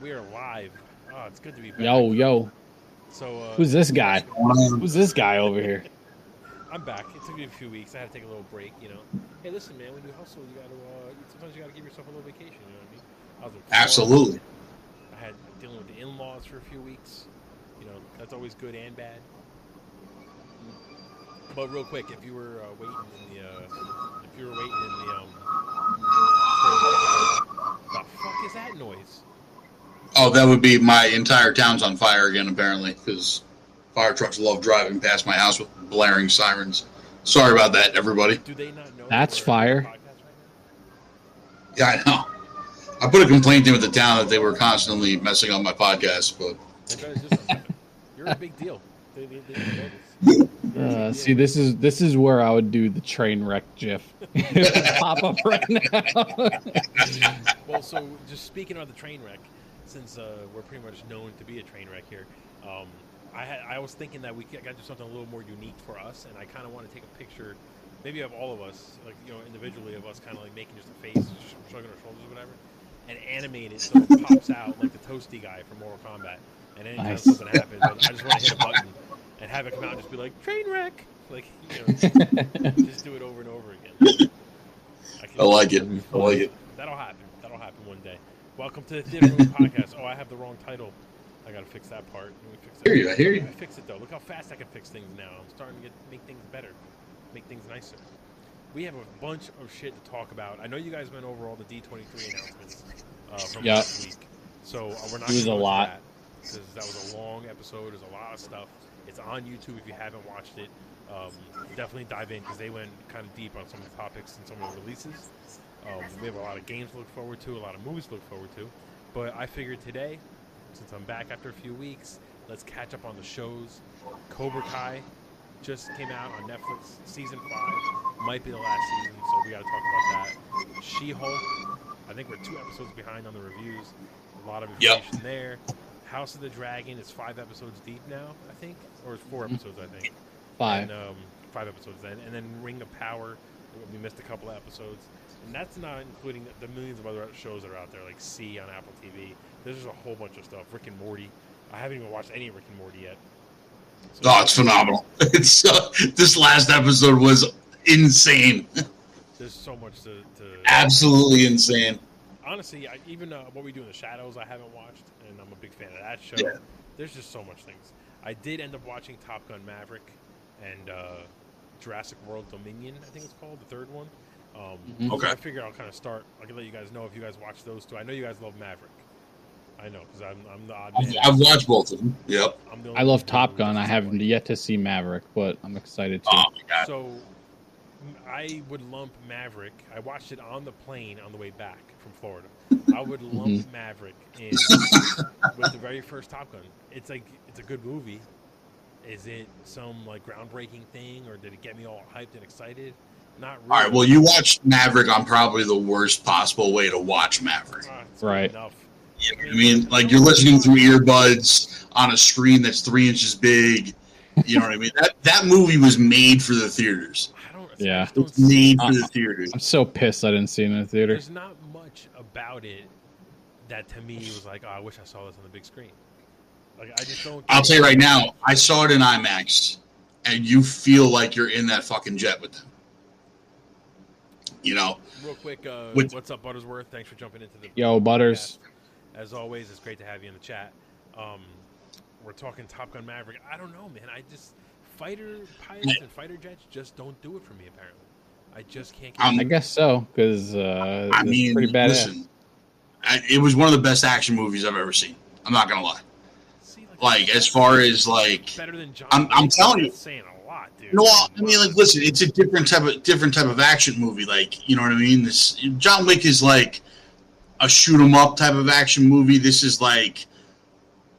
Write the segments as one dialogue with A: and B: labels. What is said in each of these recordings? A: live. Oh, it's good to be back.
B: Yo, yo,
A: So uh,
B: who's this guy? Who's this guy over here?
A: I'm back. It took me a few weeks. I had to take a little break, you know. Hey, listen, man. When you hustle, you gotta uh, sometimes you gotta give yourself a little vacation. You know what I mean? I was with Florida.
C: Absolutely.
A: I had dealing with the in-laws for a few weeks. You know, that's always good and bad. But real quick, if you were uh, waiting in the, uh, if you were waiting in the, um, for- the fuck is that noise?
C: Oh, that would be my entire town's on fire again, apparently, because fire trucks love driving past my house with blaring sirens. Sorry about that, everybody.
A: Do they not know? that
B: That's
A: we're on a
B: fire.
A: podcast right now?
C: Yeah, I know. I put a complaint in with the town that they were constantly messing up my podcast, but
A: They better do something. You're a big deal. They, they, they don't know this.
B: Uh, see, this is this is where I would do the train wreck gif. It would pop up right now.
A: Well, so just speaking of the train wreck, since uh, we're pretty much known to be a train wreck here, um, I had, I was thinking that we got to do something a little more unique for us, and I kind of want to take a picture, maybe of all of us, like you know, individually of us, kind of like making just a face, sh- shrugging our shoulders or whatever, and animate it so it pops out like the toasty guy from Mortal Kombat, and anytime
B: Nice.
A: something happens, I just want to hit a button and have it come out and just be like train wreck, like you know, just do it over and over again. can-
C: I like it. I like it.
A: That'll happen. That'll happen one day. Welcome to the Theater Room Podcast. Oh, I have the wrong title. I gotta fix that part. Let me fix that.
C: Hear you, I hear you.
A: I fix it though. Look how fast I can fix things now. I'm starting to get make things better, make things nicer. We have a bunch of shit to talk about. I know you guys went over all the D23 announcements uh, from
B: Yeah.
A: last week, so uh, we're not.
B: It
A: gonna
B: was a
A: go into
B: lot.
A: that, 'cause That, was a long episode. There's a lot of stuff. It's on YouTube if you haven't watched it. Um, definitely dive in because they went kind of deep on some of the topics and some of the releases. Um, we have a lot of games to look forward to, a lot of movies to look forward to. But I figured today, since I'm back after a few weeks, let's catch up on the shows. Cobra Kai just came out on Netflix, season five. Might be the last season, so we got to talk about that. She Hulk, I think we're two episodes behind on the reviews. A lot of
C: Yep.
A: information there. House of the Dragon is five episodes deep now, I think, or it's
C: Mm-hmm.
A: four episodes, I think.
B: Five.
A: And, um, five episodes then, and then Ring of Power. We missed a couple of episodes, and that's not including the millions of other shows that are out there, like C on Apple TV. There's just a whole bunch of stuff. Rick and Morty. I haven't even watched any Rick and Morty yet. So-
C: Oh, it's phenomenal. It's uh, this last episode was insane.
A: There's so much to. to
C: Absolutely insane.
A: honestly, I, even uh, what we do in the shadows, I haven't watched, and I'm a big fan of that show.
C: Yeah.
A: There's just so much things. I did end up watching Top Gun Maverick and uh, Jurassic World Dominion, I think it's called the third one. Um,
B: Mhm.
A: so
C: Okay.
A: I figure I'll kind of start. I can let you guys know if you guys watch those two. I know you guys love Maverick. I know because I'm, I'm the odd man.
C: I've, I've watched both of them. Yep.
A: I'm the only
B: I love
A: one who
B: Top Gun. I
A: doesn't
B: haven't
A: like-
B: yet to see Maverick, but I'm excited to.
C: Oh my god.
A: So m- I would lump Maverick. I watched it on the plane on the way back from Florida. I would
C: Mm-hmm.
A: lump Maverick in with the very first Top Gun. It's like it's a good movie. Is it some like groundbreaking thing, or did it get me all hyped and excited? Not really.
C: All right. Well, you watched Maverick on probably the worst possible way to watch Maverick.
A: Ah, it's
B: Right.
A: good enough.
C: You know what I mean, like you're listening through earbuds on a screen that's three inches big. You know what I mean? That that movie was made for the theaters.
A: I don't. I
B: Yeah.
A: just don't
C: It's
A: see-
C: made for the theaters.
B: I'm so pissed I didn't see it in the theater.
A: There's not much about it that to me was like, oh, I wish I saw this on the big screen. Like I just don't.
C: I'll
A: get
C: tell
A: it.
C: you right now. I saw it in IMAX, and you feel like you're in that fucking jet with them. You know,
A: Real quick, uh,
C: With-
A: what's up, Buttersworth? Thanks for jumping into the
B: Yo, Butters.
A: podcast. As always, it's great to have you in the chat. Um, we're talking Top Gun Maverick. I don't know, man. I just fighter pilots and fighter jets just don't do it for me. Apparently, I just can't. Get
C: I'm-
B: I guess so, because uh,
C: I
B: it's
C: mean,
B: pretty badass.
C: listen, I, it was one of the best action movies I've ever seen. I'm not gonna lie.
A: See,
C: Like as far as like,
A: better than John.
C: I'm- I'm
A: Wick,
C: telling you.
A: that's saying a lot, dude.
C: no, I mean, like, listen, it's a different type of different type of action movie. Like, you know what I mean? This John Wick is like a shoot 'em up type of action movie. This is like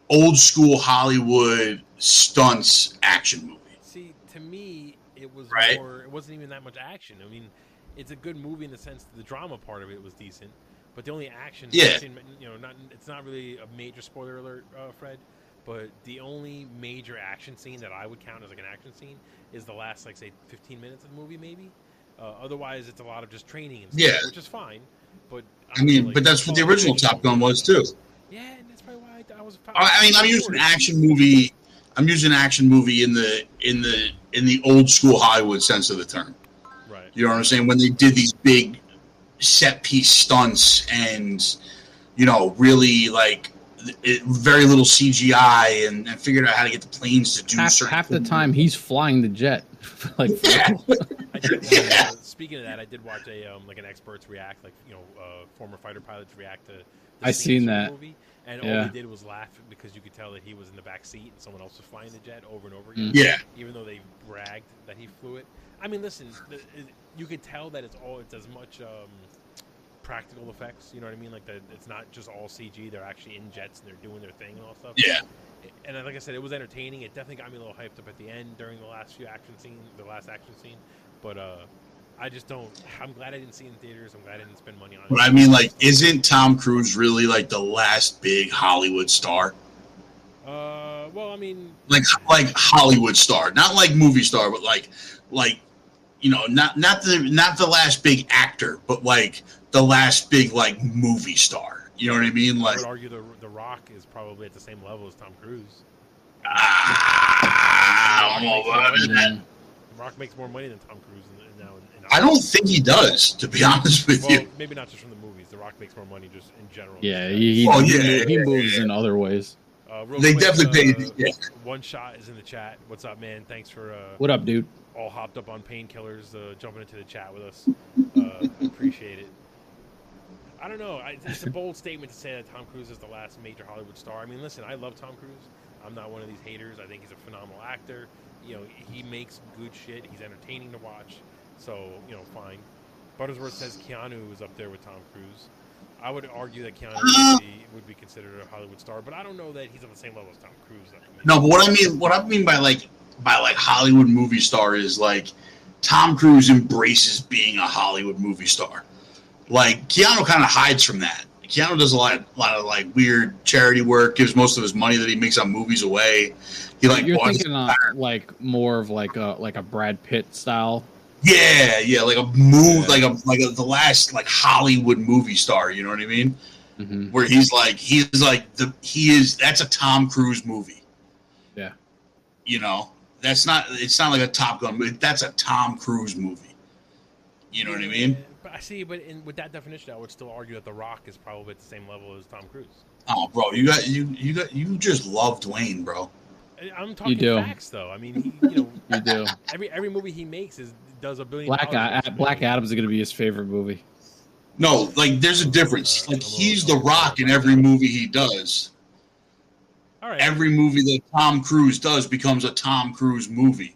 C: old school Hollywood stunts action movie.
A: See, to me, it was
C: Right.
A: more. It wasn't even that much action. I mean, it's a good movie in the sense that the drama part of it was decent, but the only action.
C: Yeah.
A: scene- you know, not it's not really a major spoiler alert, uh, Fred. But the only major action scene that I would count as like an action scene is the last, like, say, fifteen minutes of the movie, maybe. Uh, otherwise, it's a lot of just training and stuff,
C: Yeah.
A: which is fine. But
C: I mean, but that's what the original Top Gun was too.
A: Yeah, and that's probably why I I, I was.
C: I mean, I'm using action movie. I'm using action movie in the in the in the old school Hollywood sense of the term.
A: Right.
C: You know what I'm saying? When they did these big set piece stunts and you know really like it, very little CGI and, and figured out how to get the planes to do
B: half,
C: certain
B: half the
C: things.
B: time he's flying the jet. like
A: I
C: Yeah.
A: did, watch,
C: Yeah.
A: uh, speaking of that, I did watch a um, like an experts react, like you know, uh, former fighter pilots react to. The
B: I
A: scenes
B: seen
A: from the
B: that.
A: movie, and all
B: Yeah.
A: he did was laugh because you could tell that he was in the back seat and someone else was flying the jet over and over again.
B: Mm-hmm.
C: Yeah,
A: even though they bragged that he flew it. I mean, listen, th- it- you could tell that it's all it's as much um, practical effects. You know what I mean? Like the, it's not just all CG. They're actually in jets and they're doing their thing and all stuff.
C: Yeah.
A: And like I said, it was entertaining. It definitely got me a little hyped up at the end during the last few action scene, the last action scene. But uh, I just don't. I'm glad I didn't see it in theaters. I'm glad I didn't spend money on it.
C: but I mean, like, isn't Tom Cruise really like the last big Hollywood star?
A: Uh, well, I mean,
C: Like, like Hollywood star, not like movie star, but like, like, you know, not not the not the last big actor, but like the last big like movie star. You know what I mean?
A: I
C: Like,
A: would argue the the Rock is probably at the same level as Tom Cruise.
C: ah, I don't know about that.
B: yeah.
A: The Rock makes more money than Tom Cruise in, in, now. In, in
C: I don't think he does, to be honest with
A: Well,
C: you.
A: maybe not just from the movies. The Rock makes more money just in general.
B: Yeah, he, he,
C: Oh,
B: he
C: yeah,
B: mo-
C: yeah,
B: he
C: yeah,
B: moves in other ways.
A: Uh, real
C: They
A: quick,
C: definitely
A: uh,
C: paid. Yeah.
A: One shot is in the chat. What's up, man? Thanks for uh,
B: What up, dude?
A: all hopped up on painkillers, uh, jumping into the chat with us. Uh, I appreciate it. I don't know. I, it's a bold statement to say that Tom Cruise is the last major Hollywood star. I mean, listen, I love Tom Cruise. I'm not one of these haters. I think he's a phenomenal actor. You know, he makes good shit. He's entertaining to watch. So, you know, fine. Buttersworth says Keanu is up there with Tom Cruise. I would argue that Keanu would be, would be considered a Hollywood star, but I don't know that he's on the same level as Tom Cruise. I mean,
C: No, but what I mean, what I mean by like by like Hollywood movie star is like Tom Cruise embraces being a Hollywood movie star. Like Keanu kind of hides from that. Keanu does a lot, a lot of like weird charity work. Gives most of his money that he makes on movies away. He like
B: You're
C: watches-
B: thinking uh, like more of like a like a Brad Pitt style.
C: yeah, yeah, like a move, like a like a, the last like Hollywood movie star. You know what I mean?
B: hmm
C: Where he's like, he's like the he is. That's a Tom Cruise movie.
B: Yeah.
C: you know that's not it's not like a top gun movie that's a tom cruise movie you know what i mean
A: But I see, but in, with that definition, I would still argue that The Rock is probably at the same level as Tom Cruise.
C: oh bro you got you you got you just love dwayne bro
A: I- I'm talking
B: do.
A: facts, though. I mean, he, you know,
B: You do.
A: every every movie he makes is does a billion.
B: Black
A: dollars.
B: Ad- Black Adam's is gonna be his favorite movie.
C: no like there's a difference like he's the rock in every movie he does
A: All right,
C: every movie that tom cruise does becomes a tom cruise movie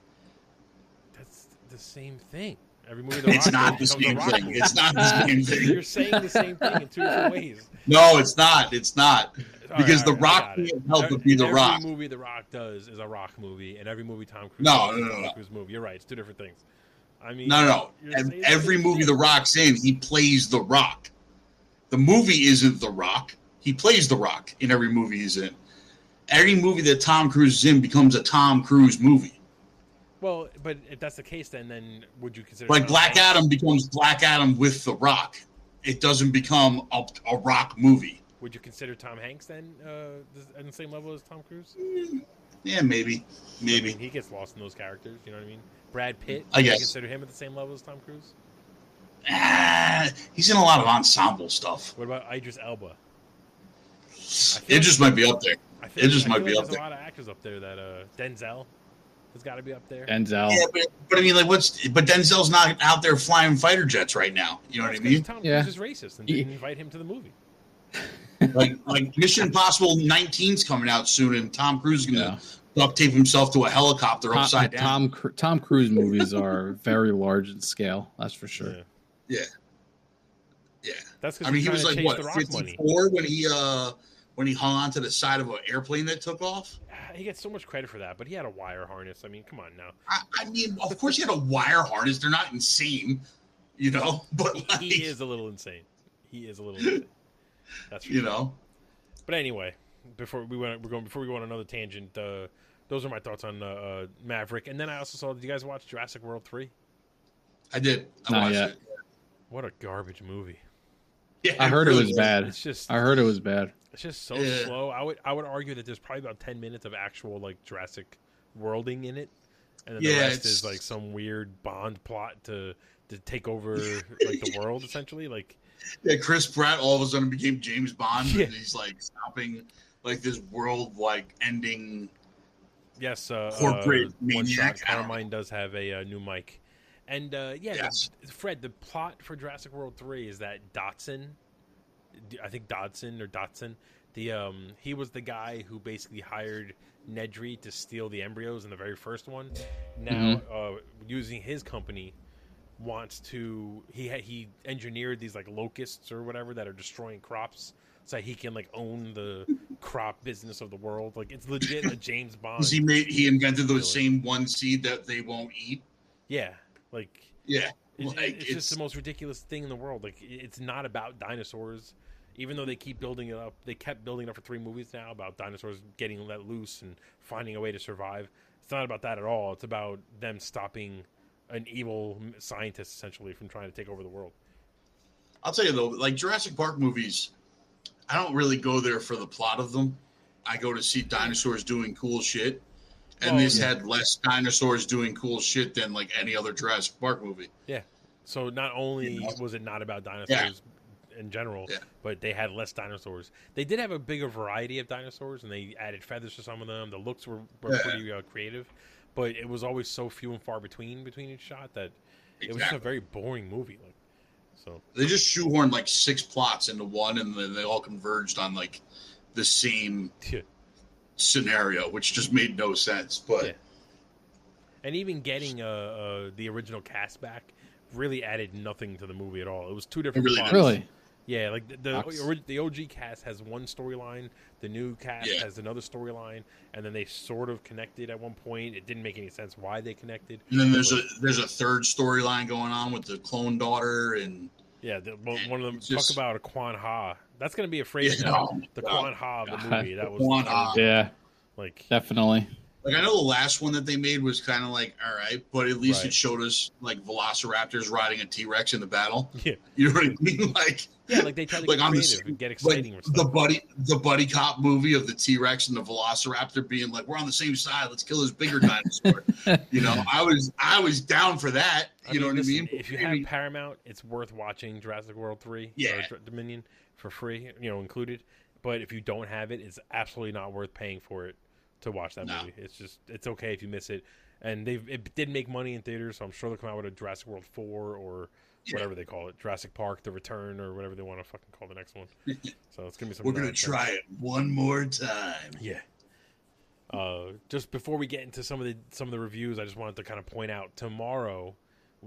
A: that's the same thing. Every movie The
C: it's
A: Rock
C: not the
A: does
C: same
A: becomes a Rock
C: thing
A: movie.
C: it's not the same
A: You're
C: thing
A: saying the same thing in two different ways.
C: no it's not it's not
A: All
C: Because The
A: all I
C: Rock
A: got it.
C: can't help but
A: Every-
C: be The
A: every
C: Rock.
A: movie The Rock does is a Rock movie, and every movie Tom Cruise
C: No,
A: does is a
C: no, no,
A: Tom
C: no.
A: Cruise movie. You're right; it's two different things. I mean,
C: No, no.
A: you're
C: Ev-
A: saying the
C: Every
A: same
C: movie
A: thing.
C: The Rock's in, he plays The Rock. The movie isn't The Rock. He plays The Rock in every movie he's in. Every movie that Tom Cruise is in becomes a Tom Cruise movie.
A: Well, but if that's the case, then then would you consider
C: Like
A: Tom
C: Black
A: Hanks-
C: Adam becomes Black Adam with The Rock. It doesn't become a, a Rock movie.
A: Would you consider Tom Hanks then uh, th- on the same level as Tom Cruise?
C: Eh, Yeah, maybe.
A: I mean,
C: Maybe.
A: he gets lost in those characters. You know what I mean? Brad Pitt.
C: I
A: would you
C: guess.
A: consider him at the same level as Tom Cruise.
C: Ah, he's in a lot of ensemble stuff.
A: What about Idris Elba?
C: It just might be up there.
A: I
C: it just
A: I
C: might
A: feel
C: be
A: like
C: up
A: there's
C: there.
A: a lot of actors up there that uh, Denzel has got to be up there.
B: Denzel.
C: Yeah, but, but I mean, like, what's. But Denzel's not out there flying fighter jets right now. You know what I
A: That's
C: mean?
A: 'cause Tom
B: Yeah.
A: Cruise is racist and
B: He-
A: didn't invite him to the movie.
C: like like Mission Impossible 19's coming out soon, and Tom Cruise is
B: Yeah.
C: gonna duct tape himself to a helicopter
B: Tom,
C: upside down.
B: Tom Cru- Tom Cruise movies are very large in scale. That's for sure.
A: Yeah.
C: Yeah. Yeah.
A: That's because
C: I mean, he was
A: to
C: like
A: chase
C: what
A: the rock money.
C: 54 when he uh when he hung onto the side of an airplane that took off.
A: Ah, He gets so much credit for that, but he had a wire harness. I mean, come on now.
C: I, I mean, of course, he had a wire harness. They're not insane, you know. But like,
A: He is a little insane. He is a little insane. That's for
C: you
A: sure.
C: know,
A: But anyway, before we went, we're going before we go on another tangent. Uh, those are my thoughts on uh, uh, Maverick. And then I also saw. Did you guys watch Jurassic World three?
C: I did. I
B: Not
C: watched
B: yet.
C: it.
A: What a garbage movie!
C: Yeah,
B: I heard it was
C: really
B: bad.
A: It's just
B: I heard it was bad.
A: it's just so
C: Yeah.
A: slow. I would I would argue that there's probably about ten minutes of actual like Jurassic worlding in it, and then the
C: Yeah,
A: rest
C: it's-
A: is like some weird Bond plot to to take over like the world essentially. Like
C: Yeah, Chris Pratt all of a sudden became James Bond,
A: Yeah.
C: and he's like stopping like this world like ending.
A: yes, uh,
C: Corporate
A: uh, one shot
C: maniac.
A: Carmine does have a, uh new mic, and uh, yeah, the-
C: Yes.
A: Fred. The plot for Jurassic World Three is that Dotson, I think Dodson or Dotson, the um he was the guy who basically hired Nedry to steal the embryos in the very first one. Now,
C: Mm-hmm.
A: uh, using his company, wants to he ha- he engineered these like locusts or whatever that are destroying crops, so he can like own the crop business of the world. Like it's legit a James Bond.
C: 'Cause he made he invented
A: Oh, Really?
C: those same one seed that they won't eat.
A: yeah, like
C: Yeah,
A: It's,
C: Like,
A: it's
C: it's-
A: just the most ridiculous thing in the world. Like it- it's not about dinosaurs, even though they keep building it up. They kept building it up for three movies now about dinosaurs getting let loose and finding a way to survive. It's not about that at all. It's about them stopping an evil m- scientist essentially from trying to take over the world.
C: I'll tell you though, like Jurassic Park movies, I don't really go there for the plot of them. I go to see dinosaurs doing cool shit, and
A: Oh,
C: this
A: yeah.
C: had less dinosaurs doing cool shit than like any other Jurassic Park movie.
A: So not only
C: You know?
A: was it not about dinosaurs in general,
C: Yeah.
A: but they had less dinosaurs. They did have a bigger variety of dinosaurs, and they added feathers to some of them. The looks were, were
C: Yeah.
A: pretty uh, creative, but it was always so few and far between between each shot that it was just a
C: Exactly.
A: very boring movie. Like, so
C: They just shoehorned like six plots into one, and then they all converged on like the same
A: yeah.
C: scenario, which just made no sense. But
A: Yeah. and even getting uh, uh, the original cast back really added nothing to the movie at all. It was two different
C: really
A: plots.
C: didn't.
B: Really?
A: Yeah, like the the,
B: Ox.
A: ori- the OG cast has one storyline, the new cast
C: Yeah.
A: has another storyline, and then they sort of connected at one point. It didn't make any sense why they connected.
C: and then there's a there's a third storyline going on with the clone daughter, and
A: Yeah, the, well,
C: Yeah,
A: one of them
C: it's just-
A: talk about a Quan Ha. That's gonna be a phrase
C: Yeah,
A: now.
C: oh my
A: the
C: God.
A: Quan Ha of the
B: God,
A: movie. That was
C: Quan
A: that
C: Ha.
A: was,
B: Yeah,
A: like
B: definitely.
C: Like I know the last one that they made was kind of like all right, but at least
A: Right.
C: it showed us like Velociraptors riding a T Rex in the battle.
A: yeah,
C: You know what I mean? Like
A: yeah, like they tried to
C: Like,
A: get
C: I'm the
A: creative
C: same-
A: and get
C: like
A: exciting with
C: the
A: stuff.
C: buddy the buddy cop movie of the T Rex and the Velociraptor being like we're on the same side. Let's kill this bigger dinosaur. you know, I was I was down for that. You know what
A: listen,
C: I mean?
A: If you have Paramount, it's worth watching Jurassic World three, or
C: Yeah.
A: Dr- Dominion for free, you know, included. But if you don't have it, it's absolutely not worth paying for it to watch that
C: No.
A: movie. It's just it's okay if you miss it, and they it did make money in theaters, so I'm sure they'll come out with a Jurassic World four or
C: Yeah.
A: whatever they call it, Jurassic Park: The Return or whatever they want to fucking call the next one. so it's gonna be some.
C: we're gonna
A: nonsense.
C: try it one more time.
A: Yeah. Uh, just before we get into some of the some of the reviews, I just wanted to kind of point out tomorrow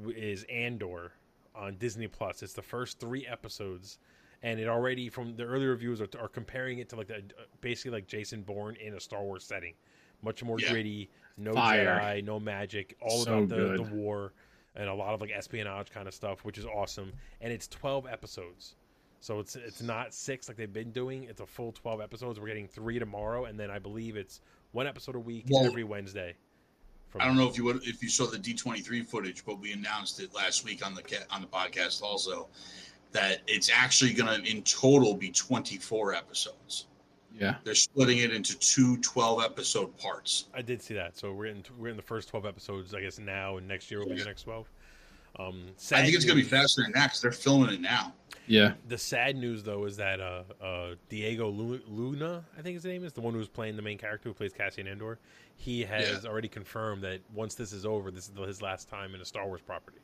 A: w- is Andor on Disney Plus. It's the first three episodes, and it already from the early reviews are, are comparing it to like the basically like Jason Bourne in a Star Wars setting, much more
C: Yeah.
A: gritty, no
B: Fire.
A: Jedi, no magic, all
B: So
A: about the, the
B: good.
A: war and a lot of like espionage kind of stuff, which is awesome. And it's twelve episodes. So it's it's not six like they've been doing. It's a full twelve episodes. We're getting three tomorrow, and then I believe it's one episode a week
C: Well-
A: every Wednesday. From
C: I don't know if you would, if you saw the D twenty three footage, but we announced it last week on the ca- on the podcast also that it's actually going to in total be twenty four episodes.
B: Yeah.
C: They're splitting it into two 12 episode parts.
A: I did see that. So we're in we're in the first twelve episodes, I guess now, and next year will be the next twelve. Um, sad
C: I think it's going to be
A: news-
C: faster than that because they're filming it now.
B: Yeah.
A: The sad news though is that uh, uh, Diego Lu- Luna, I think his name is the one who's playing the main character who plays Cassian Andor. He has already confirmed that once this is over, this is his last time in a Star Wars property.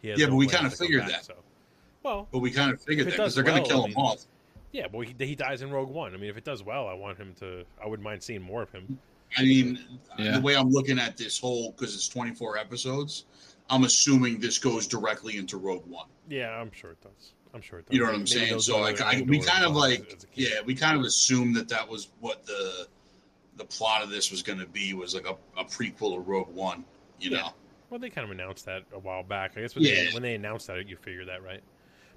A: He has
C: Yeah, but we
A: plans
C: kinda
A: to come
C: figured
A: back,
C: that.
A: So, well,
C: But we kind of figured
A: If
C: that
A: it does
C: because they're going
A: well,
C: to kill
A: I
C: him
A: mean-
C: off.
A: Yeah, well, he, he dies in Rogue One. I mean, if it does well, I want him to. I wouldn't mind seeing more of him.
C: I mean,
B: Yeah.
C: the way I'm looking at this whole, because it's 24 episodes, I'm assuming this goes directly into Rogue One.
A: Yeah, I'm sure it does. I'm sure it does.
C: You know what I'm
A: Maybe
C: saying?
A: they'll
C: So,
A: do
C: like,
A: another
C: I, we
A: Andor
C: kind of
A: as-
C: like,
A: as a kid.
C: yeah, we kind of assumed that that was what the the plot of this was going to be was like a, a prequel to Rogue One, you
A: Yeah.
C: know?
A: Well, they kind of announced that a while back. I guess when, they,
C: Yeah.
A: when they announced that, you figured that, right?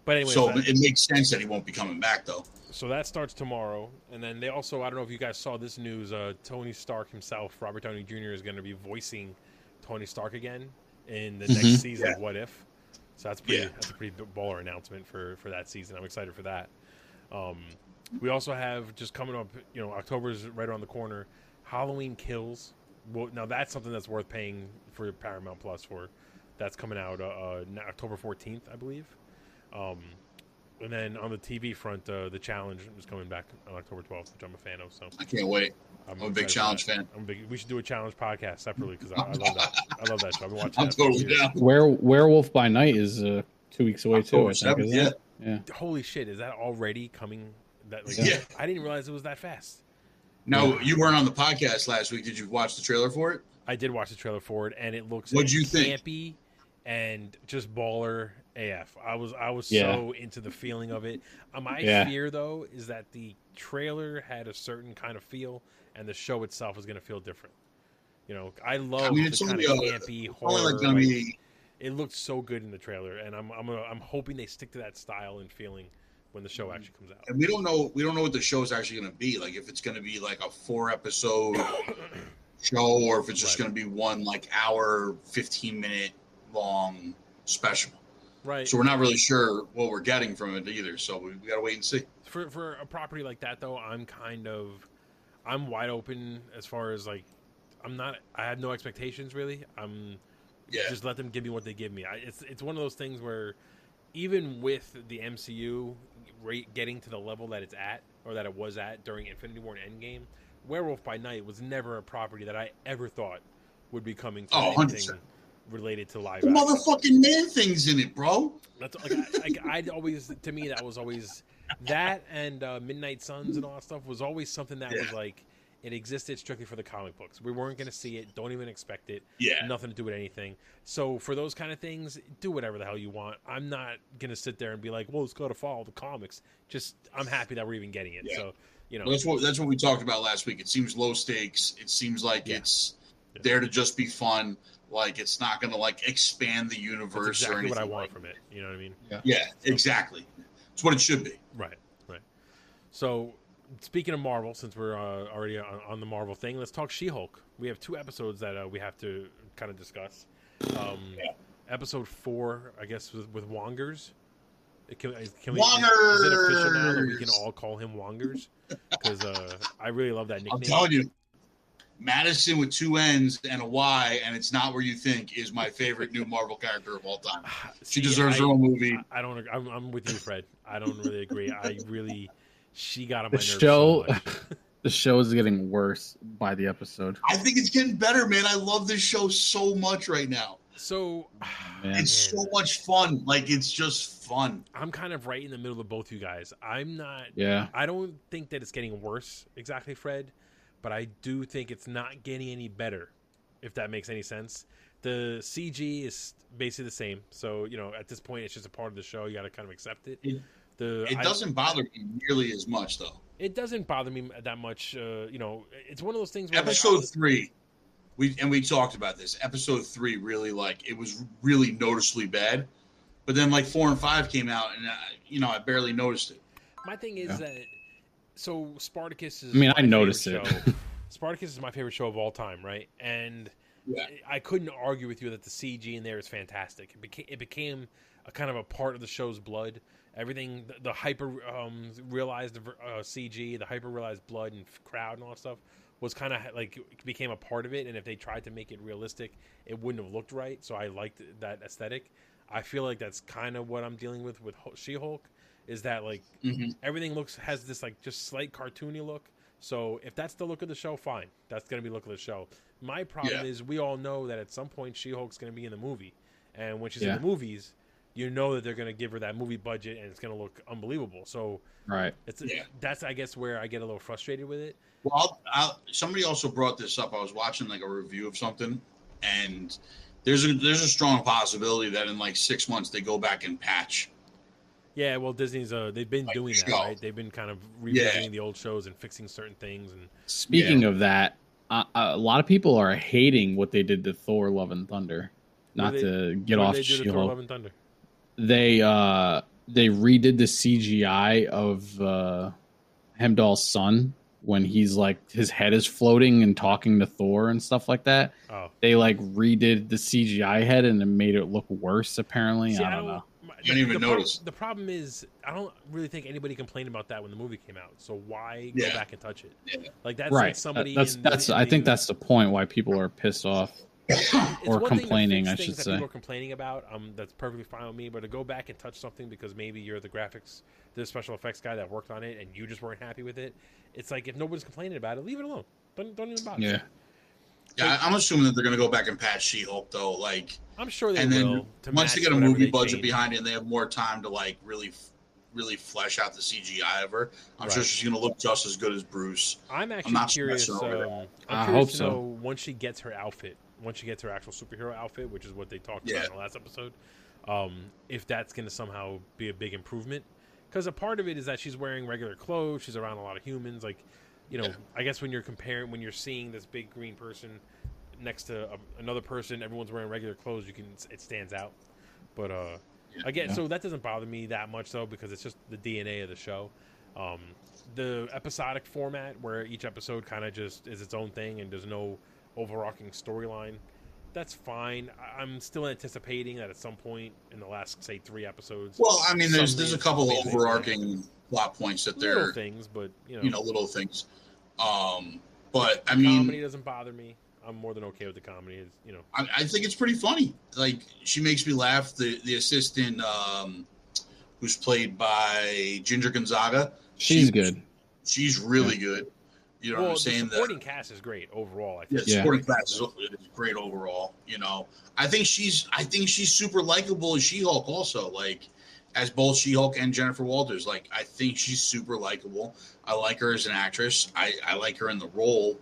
A: But anyway,
C: so it makes sense that he won't be coming back, though.
A: so that starts tomorrow, and then they also. I don't know if you guys saw this news. Uh, Tony Stark himself, Robert Downey Jr. is going to be voicing Tony Stark again in the
B: Mhm.
C: Mm-hmm.
A: next season of What If. So that's pretty
C: Yeah.
A: that's a pretty big baller announcement for for that season. I'm excited for that. Um, we also have just coming up, you know, October's right around the corner. Halloween Kills. Well, now that's something that's worth paying for Paramount Plus for. That's coming out uh, uh, n- October 14th, I believe. Um, and then on the TV front, uh, the challenge is coming back on October 12th, which I'm a fan of. So
C: I can't wait.
A: I'm,
C: I'm a big
A: excited for
C: challenge
A: that.
C: fan.
A: I'm a big, we should do a challenge podcast separately because I, I love that. I love that show. I've been watching.
C: I'm
A: that for
C: totally
A: years.
C: down.
B: Where Werewolf by Night is uh, two weeks away too.
C: October
B: I think,
C: 7th,
B: isn't
C: yeah.
B: it? yeah.
A: Holy shit! Is that already coming? That like,
C: Yeah.
A: I didn't realize it was that fast.
C: Now you weren't on the podcast last week. Did you watch the trailer for it?
A: I did watch the trailer for it, and it looks
C: What'd you think?
A: campy and just baller AF. I was I was
B: Yeah.
A: so into the feeling of it. Uh, My
B: Yeah.
A: fear though is that the trailer had a certain kind of feel, and the show itself was going to feel different. You know, I love
C: mean,
A: the
C: it's
A: kind
C: only
A: of
C: a-
A: campy horror.
C: Only like
A: like,
C: gonna be
A: it looked so good in the trailer, and I'm I'm I'm hoping they stick to that style and feeling when the show actually comes out.
C: and we don't know we don't know what the show's actually gonna be. Like if it's gonna be like a four episode show or if it's just
A: Right.
C: gonna be one like hour fifteen minute long special.
A: Right.
C: So we're not really sure what we're getting from it either. So we, we gotta wait and see.
A: for for a property like that though, I'm kind of I'm wide open as far as like I'm not I have no expectations really. I'm
C: Yeah.
A: just let them give me what they give me. I, it's it's one of those things where even with the MCU rate getting to the level that it's at or that it was at during Infinity War and Endgame, Werewolf by Night was never a property that I ever thought would be coming to
C: Oh,
A: anything
C: 100%.
A: related to live
C: The
A: action.
C: motherfucking man thing's in it, bro.
A: That's like, I, like I'd always to me that was always that and uh, Midnight Suns and all that stuff was always something that was
C: Yeah.
A: like it existed strictly for the comic books. We weren't going to see it. Don't even expect it.
C: Yeah.
A: Nothing to do with anything. So for those kind of things, do whatever the hell you want. I'm not going to sit there and be like, "Well, it's got to follow the comics." Just I'm happy that we're even getting it.
C: Yeah.
A: So you know,
C: Well, that's what that's what we talked about last week. It seems low stakes. It seems like
A: Yeah.
C: it's
A: Yeah.
C: there to just be fun. Like it's not going to like expand the
A: that's
C: universe or
A: exactly
C: anything.
A: what I want
C: like-
A: from it. You know what I mean?
C: Yeah, exactly. It's what it should be.
A: Right, right. So, speaking of Marvel, since we're uh, already on, on the Marvel thing, let's talk She-Hulk. We have two episodes that uh, we have to kind of discuss. Um, Episode four, I guess, with, with Wongers. Can, is- can we, Is it official now that we can
C: Wongers!
A: all call him Wongers? Because uh, I really love that nickname.
C: I'm telling you, Madison with two N's and a Y, and it's not where you think is my favorite new Marvel character of all time. She
A: See,
C: deserves
A: I-
C: her own movie.
A: I- I don't. ag- I'm, I'm with you, Fred. I don't really agree. I really, she got on my
B: The
A: nerves
B: show-
A: so much.
B: The show is getting worse by the episode.
C: I think it's getting better, man. I love this show so much right now.
A: So,
B: Man.
C: It's
A: man.
C: so much fun. Like it's just fun.
A: I'm kind of right in the middle of both you guys. I'm not.
B: Yeah.
A: I don't think that it's getting worse exactly, Fred, but I do think it's not getting any better. If that makes any sense, the CG is basically the same. So you know, at this point, it's just a part of the show. You got to kind of accept it.
C: It-
A: the
C: It
A: I-
C: doesn't bother me nearly as much though.
A: it doesn't bother me that much. Uh, you know, it's one of those things. Where like,
C: episode
A: I-
C: three we and we talked about this episode three really like it was really noticeably bad but then like four and five came out and I, you know i barely noticed it
A: My thing is
B: Yeah.
A: that so Spartacus is.
B: I mean,
A: my
B: I noticed
A: favorite
B: it.
A: show. Spartacus is my favorite show of all time, right? And
C: Yeah.
A: I couldn't argue with you that the CG in there is fantastic. It became it became a kind of a part of the show's blood. Everything, the, the hyper um, realized uh, CG, the hyper realized blood and f- crowd and all that stuff was kind of like became a part of it. And if they tried to make it realistic, it wouldn't have looked right. So I liked that aesthetic. I feel like that's kind of what I'm dealing with with She Hulk. Is that like everything looks has this like just slight cartoony look. So if that's the look of the show, fine. That's gonna be the look of the show. My problem
C: Yeah.
A: is we all know that at some point She Hulk's gonna be in the movie, and when she's
B: Yeah.
A: in the movies, you know that they're gonna give her that movie budget and it's gonna look unbelievable. So
B: Right.
A: it's
C: Yeah.
A: that's I guess where I get a little frustrated with it.
C: well I'll, I'll, somebody also brought this up i was watching like a review of something and there's a there's a strong possibility that in like six months they go back and patch
A: Yeah, well, Disney's uh they've been
C: Like
A: doing
C: the
A: that,
C: show.
A: right? They've been kind of
C: Yeah.
A: revisiting the old shows and fixing certain things, and
B: Speaking of that, uh, a lot of people are hating what they did to Thor: Love and Thunder. Not
A: What did
B: to get
A: What did
B: off
A: they do to Thor: Love
B: She-Hulk,
A: and Thunder.
B: they uh they redid the CGI of uh, Hemdall's son when he's like his head is floating and talking to Thor and stuff like that.
A: Oh,
B: They like redid the CGI head and it made it look worse. Apparently,
A: See,
B: I don't know.
A: my-
C: You didn't even
A: the prob-
C: notice.
A: the problem is, I don't really think anybody complained about that when the movie came out. So why
C: Yeah.
A: go back and touch it?
C: Yeah.
A: Like that's
B: right?
A: like somebody.
B: that's
A: in,
B: that's.
A: in
B: I
A: the-
B: think that's the point why people are pissed off.
A: it's
B: or
A: one thing to
B: complaining,
A: fix
B: I
A: things
B: should
A: that
B: say.
A: People are complaining about. Um, that's perfectly fine with me. But to go back and touch something because maybe you're the graphics, the special effects guy that worked on it, and you just weren't happy with it. It's like if nobody's complaining about it, leave it alone. Don't don't even bother.
B: Yeah.
C: Yeah, I- I'm assuming that they're gonna go back and patch She-Hulk though. Like
A: I'm sure they
C: And then
A: will. to
C: once they
A: match
C: get a
A: whatever
C: movie
A: they
C: budget
A: change.
C: behind it, and they have more time to like really, f- really flesh out the CGI of her. I'm sure
A: Right.
C: she's gonna look just as good as Bruce.
A: I'm actually
C: not sure
A: curious.
C: that's
A: Um,
C: all right.
A: I'm
B: I
A: curious
B: hope
A: to
B: so.
A: know once she gets her outfit, once she gets her actual superhero outfit, which is what they talked
C: Yeah.
A: about in the last episode, um, if that's going to somehow be a big improvement. Because a part of it is that she's wearing regular clothes, she's around a lot of humans. Like, you know,
C: Yeah.
A: I guess when you're comparing, when you're seeing this big green person next to a, another person, everyone's wearing regular clothes. You can it stands out. But uh,
C: Yeah.
A: again,
B: Yeah.
A: so that doesn't bother me that much though because it's just the DNA of the show. Um, the episodic format where each episode kind of just is its own thing and there's no overarching storyline. That's fine. I- I'm still anticipating that at some point in the last say three episodes.
C: Well, I mean, there's there's a
A: Something-
C: couple
A: something's
C: of
A: gonna
C: overarching plot points that
A: little
C: they're
A: things, but you know,
C: you know little things. Um, but I
A: comedy
C: mean,
A: doesn't bother me. I'm more than okay with the comedy. It's, you know,
C: I, I think it's pretty funny. Like she makes me laugh. The the assistant, um, who's played by Ginger Gonzaga,
B: She's
C: She-
B: good.
C: she's really good. You know
A: well,
C: what I'm saying?
A: the supporting cast is great overall. I
C: Yeah,
A: think.
B: Yeah.
C: supporting cast is, is great overall. You know, I think she's I think she's super likable as She Hulk also. Like as both She Hulk and Jennifer Walters. Like I think she's super likable. I like her as an actress. I I like her in the role.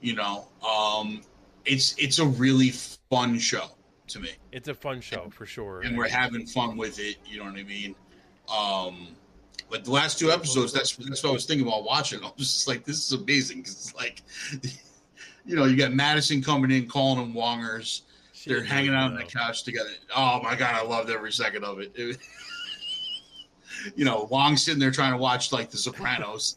C: You know, um, it's it's a really fun show to me,
A: It's a fun show for sure.
C: and we're having fun with it. You know what I mean? Um, but the last two episodes, that's that's what I was thinking about watching. I was just like, this is amazing 'cause it's like, you know, you got Madison coming in, calling them Wongers.
A: She
C: They're
A: didn't
C: hanging
A: really
C: out on the
A: know.
C: couch together. Oh my god, I loved every second of it. It- you know, Wong sitting there trying to watch like The Sopranos.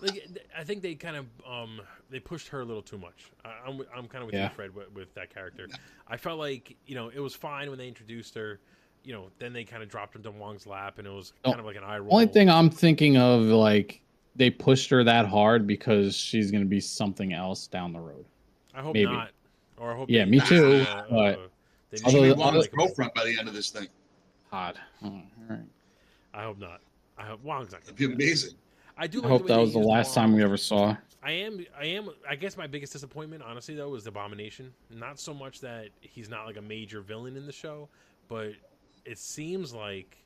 A: like th- I think they kind of um they pushed her a little too much. I, I'm I'm kind of with
B: Yeah.
A: you, Fred, with, with that character. I felt like you know it was fine when they introduced her. You know, then they kind of dropped into Wong's lap, and it was
B: Oh,
A: kind of like an eye roll.
B: Only thing I'm thinking of like they pushed her that hard because she's gonna be something else down the road.
A: I hope
B: maybe.
A: not, or I hope
B: Yeah,
A: they-
B: me too,
A: uh,
B: but-
A: uh, they
C: She'll be
A: made
B: Although-
A: her
C: Wong's
A: likable.
C: girlfriend by the end of this thing.
B: Odd. Oh, all right.
A: I hope not. I hope Wong's not.
C: It'd
A: Gonna do
C: be
A: that.
C: amazing.
A: I do.
B: I
A: Like
B: hope
A: way
B: that
A: they
B: was the
A: used
B: last time
A: Wong.
B: we ever saw her.
A: I am, I am. I guess my biggest disappointment, honestly, though, was Abomination. Not so much that he's not like a major villain in the show, but it seems like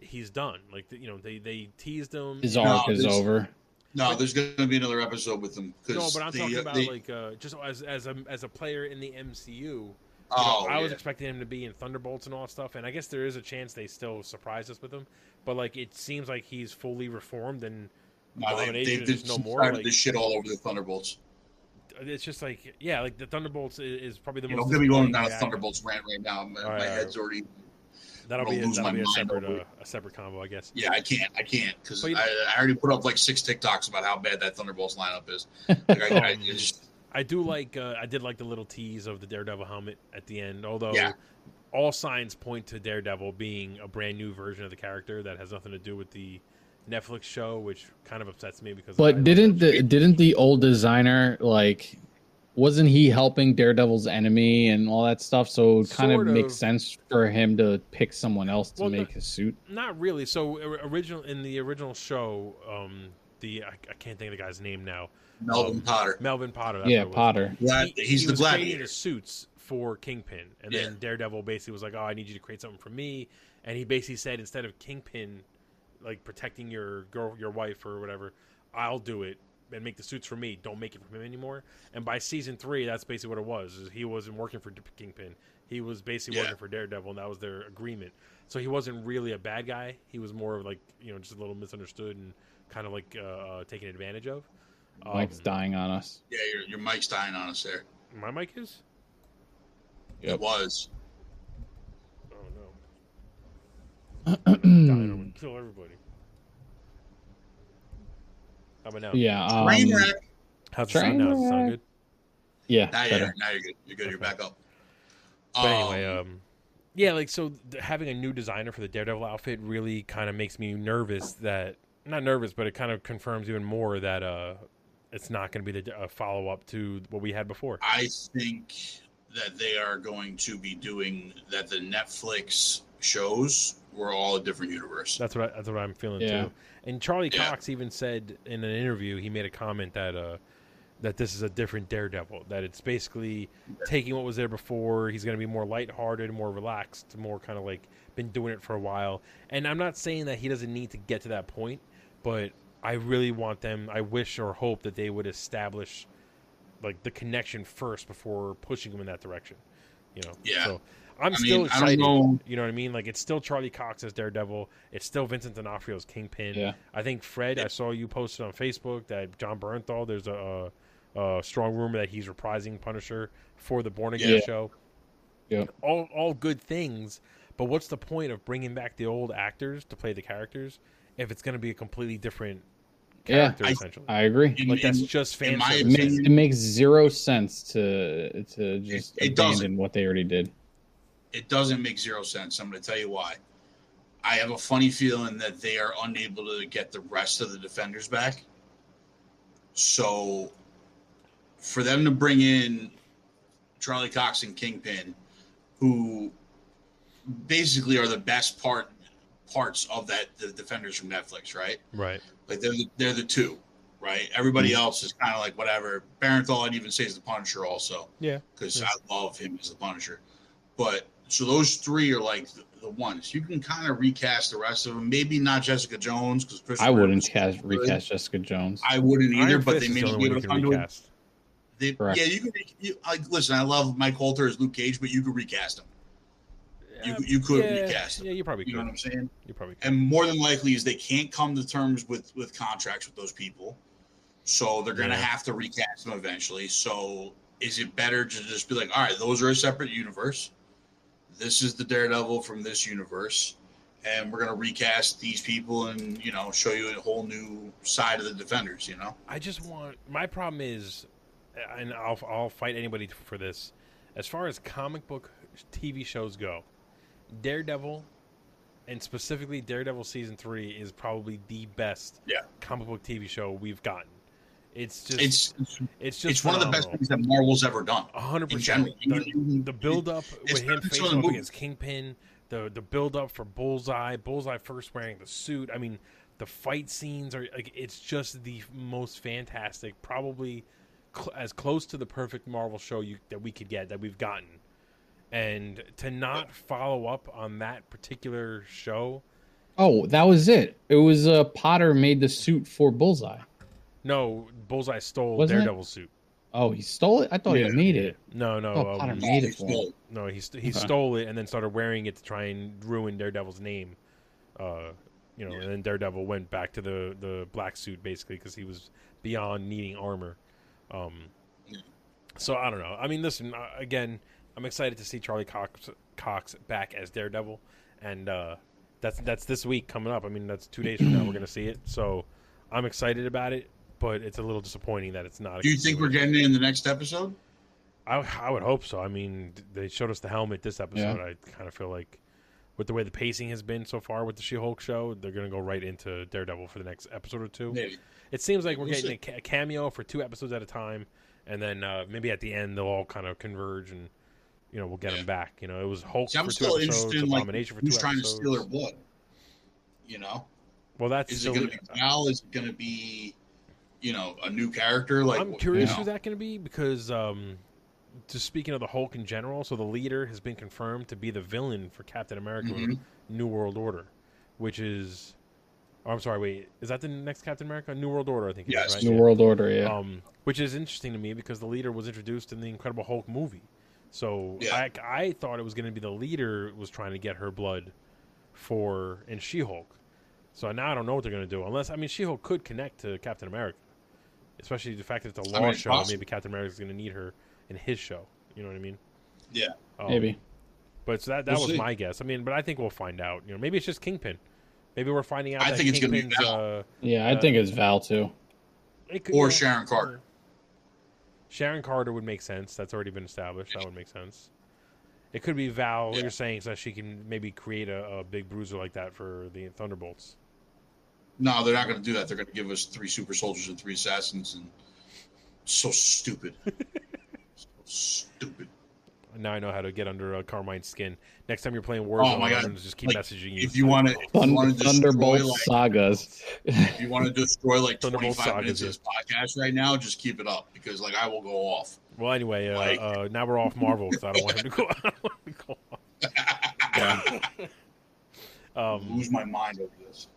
A: he's done. Like you know, they they teased him.
B: His
A: No,
C: No,
B: arc is
C: there's-
B: over.
C: No, there's going to be another episode with them. 'cause
A: no, but I'm
C: they-
A: talking about
C: they-
A: like uh, just as as a as a player in the MCU. you
C: oh,
A: know, I was
C: yeah.
A: expecting him to be in Thunderbolts and all that stuff, and I guess there is a chance they still surprise us with him. But like, it seems like he's fully reformed, and
C: No, they, they,
A: Abomination
C: they
A: is no more,
C: started
A: like-
C: this shit all over the Thunderbolts.
A: it's just like, yeah, like the Thunderbolts is, is probably the
C: You know,
A: most.
C: I'm going to be going
A: disappointing
C: down a
A: reaction.
C: Thunderbolts rant right now. My,
A: All right,
C: my
A: all right.
C: head's already.
A: That'll
C: I'll
A: be a,
C: lose
A: that'll
C: my
A: be a
C: mind
A: separate
C: over
A: uh, a separate combo, I guess.
C: Yeah, I can't. I can't because
A: But
C: I,
A: you-
C: I already put up like six TikToks about how bad that Thunderbolts lineup is. Like, I, I, it's just-
A: I do like. Uh, I did like the little tease of the Daredevil helmet at the end, although
C: Yeah.
A: all signs point to Daredevil being a brand new version of the character that has nothing to do with the Netflix show, which kind of upsets me because. I
B: But
A: love
B: didn't
A: that
B: the didn't the old designer like wasn't he helping Daredevil's enemy and all that stuff? So it kind
A: Sort
B: of makes
A: of.
B: sense for him to pick someone else to
A: Well,
B: make
A: the-
B: his suit.
A: show. not really. So or- original in the original show, um, the I, I can't think of the guy's name now.
C: Melvin Potter.
A: Melvin Potter. that's
B: Yeah,
A: what it was.
B: Potter.
C: Glad,
A: Um, he,
C: he's
A: he
C: the
A: was creating
C: gladiator.
A: the suits for Kingpin, and then Daredevil basically was like, "Oh, I need you to create something for me," and he basically said, instead of Kingpin, like protecting your girl, your wife, or whatever, I'll do it and make the suits for me. Don't make it for him anymore. And by season three, that's basically what it was. is He wasn't working for D- Kingpin. He was basically
C: Yeah.
A: working for Daredevil, and that was their agreement. So he wasn't really a bad guy. He was more of like you know just a little misunderstood and kind of like uh, uh, taken advantage of.
B: Mike's
A: Um,
B: dying on us.
C: Yeah, your, your mic's dying on us there.
A: My mic is.
B: Yep.
C: It was.
A: Oh no.
B: Hmm.
A: I'm gonna die and I'm gonna kill everybody. How about now?
B: Yeah. Um,
C: Trainwreck.
A: How's it sound now? Does it sound good?
B: Yeah.
C: Now
B: better.
C: you're, now you're good. You're good. You're back up.
A: But anyway,
C: Um,
A: um, yeah, like so, th- having a new designer for the Daredevil outfit really kind of makes me nervous. That not nervous, but it kind of confirms even more that uh, it's not going to be the uh, follow up to what we had before.
C: I think that they are going to be doing that. The Netflix shows were all a different universe.
A: That's what I, that's what I'm feeling
B: Yeah.
A: too. And Charlie
C: Yeah.
A: Cox even said in an interview, he made a comment that uh, that this is a different Daredevil. That it's basically taking what was there before. He's going to be more lighthearted, more relaxed, more kind of like been doing it for a while. And I'm not saying that he doesn't need to get to that point, but I really want them. I wish or hope that they would establish like the connection first before pushing him in that direction. You know.
C: Yeah.
A: So I'm
C: I
A: still
C: mean, I don't
A: excited.
C: know-
A: You know what I mean? Like it's still Charlie Cox as Daredevil. It's still Vincent D'Onofrio's Kingpin.
B: Yeah.
A: I think Fred. I
C: Yeah.
A: saw you posted on Facebook that John Bernthal. There's a, a strong rumor that he's reprising Punisher for the Born Again
B: Yeah.
A: show.
B: Yeah.
A: All all good things, but what's the point of bringing back the old actors to play the characters if it's going to be a completely different
B: Yeah.
A: character
C: I-
A: essentially?
B: I agree.
C: In-
A: like that's
C: in-
A: just fan
C: in my
B: It
A: service.
B: makes, it makes zero sense to to just
C: It- it
B: abandon
C: doesn't.
B: what they already did.
C: it doesn't make zero sense. I'm going to tell you why. I have a funny feeling that they are unable to get the rest of the defenders back. So, for them to bring in Charlie Cox and Kingpin, who basically are the best part parts of that the defenders from Netflix, right?
A: Right.
C: Like they're the, they're the two, right? Everybody
A: Mm-hmm.
C: else is kind of like whatever. Barenthal, I'd even say is the Punisher also.
A: Yeah.
C: because
A: Yeah.
C: I love him as the Punisher. But so those three are like the, the ones you can kind of recast the rest of them. Maybe not Jessica Jones because
B: I wouldn't cast recast Jessica Jones.
C: I wouldn't either,
A: Iron
C: but they
A: Fist is
C: maybe
A: only
C: be
A: one
C: able
A: you
C: to
A: can
C: find a way-
A: recast.
C: They,
B: Correct.
C: yeah, you can. You, I, listen, I love Mike Holter as Luke Cage, but you could recast him. You, you could
A: yeah,
C: recast him.
A: Yeah, you probably
C: You know what I'm
A: could.
C: saying?
A: You probably could.
C: and more than likely is they can't come to terms with with contracts with those people so they're going to
A: Yeah.
C: have to recast them eventually so is it better to just be like all right those are a separate universe this is the daredevil from this universe and we're going to recast these people and you know show you a whole new side of the defenders you know
A: I just want my problem is, and I'll I'll fight anybody for this. As far as comic book TV shows go, Daredevil, and specifically Daredevil season three is probably the best
C: Yeah.
A: comic book TV show we've gotten. It's just it's,
C: it's it's,
A: just
C: one of the best things that marvel's ever done
A: hundred
C: in
A: percent.
C: general
A: The, the build up
C: it's
A: with him
C: better than some
A: facing
C: of the
A: up
C: movies.
A: against Kingpin, the the build up for Bullseye, Bullseye first wearing the suit. I mean, the fight scenes are like it's just the most fantastic, probably cl- as close to the perfect Marvel show you that we could get that we've gotten. And to not follow up on that particular show,
B: Oh, that was it. It was uh, Potter made the suit for Bullseye.
A: no, Bullseye stole
B: Wasn't it?
A: Daredevil's suit.
B: Oh, he stole it. I thought
C: Yeah.
B: he made it.
A: No, no,
B: Oh,
A: um,
B: Potter made it
C: It's
B: for him.
C: dope.
A: No, he st- he
B: Okay.
A: stole it and then started wearing it to try and ruin Daredevil's name. Uh, you know, and then Daredevil went back to the the black suit basically because he was beyond needing armor. Um,
C: Yeah.
A: so I don't know. I mean, listen uh, again. I'm excited to see Charlie Cox Cox back as Daredevil, and uh, that's that's this week coming up. I mean, that's two days from now we're gonna see it. So I'm excited about it, but it's a little disappointing that it's not. a
C: do you think we're
A: continuation.
C: getting it in the next episode
A: I, I would hope so. I mean, d- they showed us the helmet this episode. I kind of feel like, with the way the pacing has been so far with the She-Hulk show, they're going to go right into Daredevil for the next episode or two.
C: maybe
A: It seems like we're
C: We'll
A: getting
C: see.
A: a, ca- a cameo for two episodes at a time, and then uh, maybe at the end they'll all kind of converge and you know we'll get
C: Yeah.
A: them back. You know, it was Hulk
C: See, I'm
A: for
C: still
A: two episodes,
C: interested in like
A: Abomination for
C: who's
A: two
C: trying
A: episodes.
C: to steal her blood. You know,
A: well, that's
C: is
A: still-
C: it going to be Val? Is it going to be, you know, a new character? Like,
A: I'm
C: what-
A: curious
B: Yeah.
A: who that going to be because um, just speaking of the Hulk in general, so the leader has been confirmed to be the villain for Captain America:
C: Mhm.
A: New World Order, which is, oh, I'm sorry, wait, is that the next Captain America? New World Order, I think. it is,
C: Yes.
A: right?
B: New
A: Yeah.
B: World Order. Yeah.
A: Um, which is interesting to me because the leader was introduced in the Incredible Hulk movie, so
C: Yeah.
A: I, I thought it was going to be the leader was trying to get her blood for in She Hulk. So now I don't know what they're going to do unless I mean She Hulk could connect to Captain America, especially the fact that it's a
C: I
A: law
C: mean, it's
A: show.
C: possible.
A: Maybe Captain America's going to need her in his show. You know what I mean?
C: Yeah.
A: Um,
B: Maybe.
A: But so that that
C: We'll
A: was
C: see.
A: my guess. I mean, but I think we'll find out. You know, maybe it's just Kingpin. Maybe we're finding out.
C: I
A: that
C: think it's gonna be
A: Kingpin's,
C: Val.
A: uh,
B: Yeah, I
A: uh,
B: think it's Val too.
A: It could-
C: Or
A: yeah.
C: Sharon Carter.
A: Sharon Carter would make sense. That's already been established. That would make sense. It could be Val.
C: Yeah.
A: You're saying so she can maybe create a, a big bruiser like that for the Thunderbolts.
C: No, they're not going to do that. They're going to give us three super soldiers and three assassins, and so stupid, so stupid.
A: Now I know how to get under uh, Carmine's skin. Next time you're playing Warzone,
C: Oh my God.
A: I'm gonna just keep
C: Like,
A: messaging you.
C: If you want to, if you
B: Thun-
C: want to destroy,
B: Thunderbolt
C: like,
B: sagas.
C: if you want to destroy like twenty
A: Thunderbolt
C: five minutes of
A: sagas,
C: this podcast right now, just keep it up because like I will go off.
A: Well, anyway, uh,
C: Like-
A: uh, now we're off Marvel because I don't want him to go. I don't want him to go off. Um,
C: Lose my mind over this.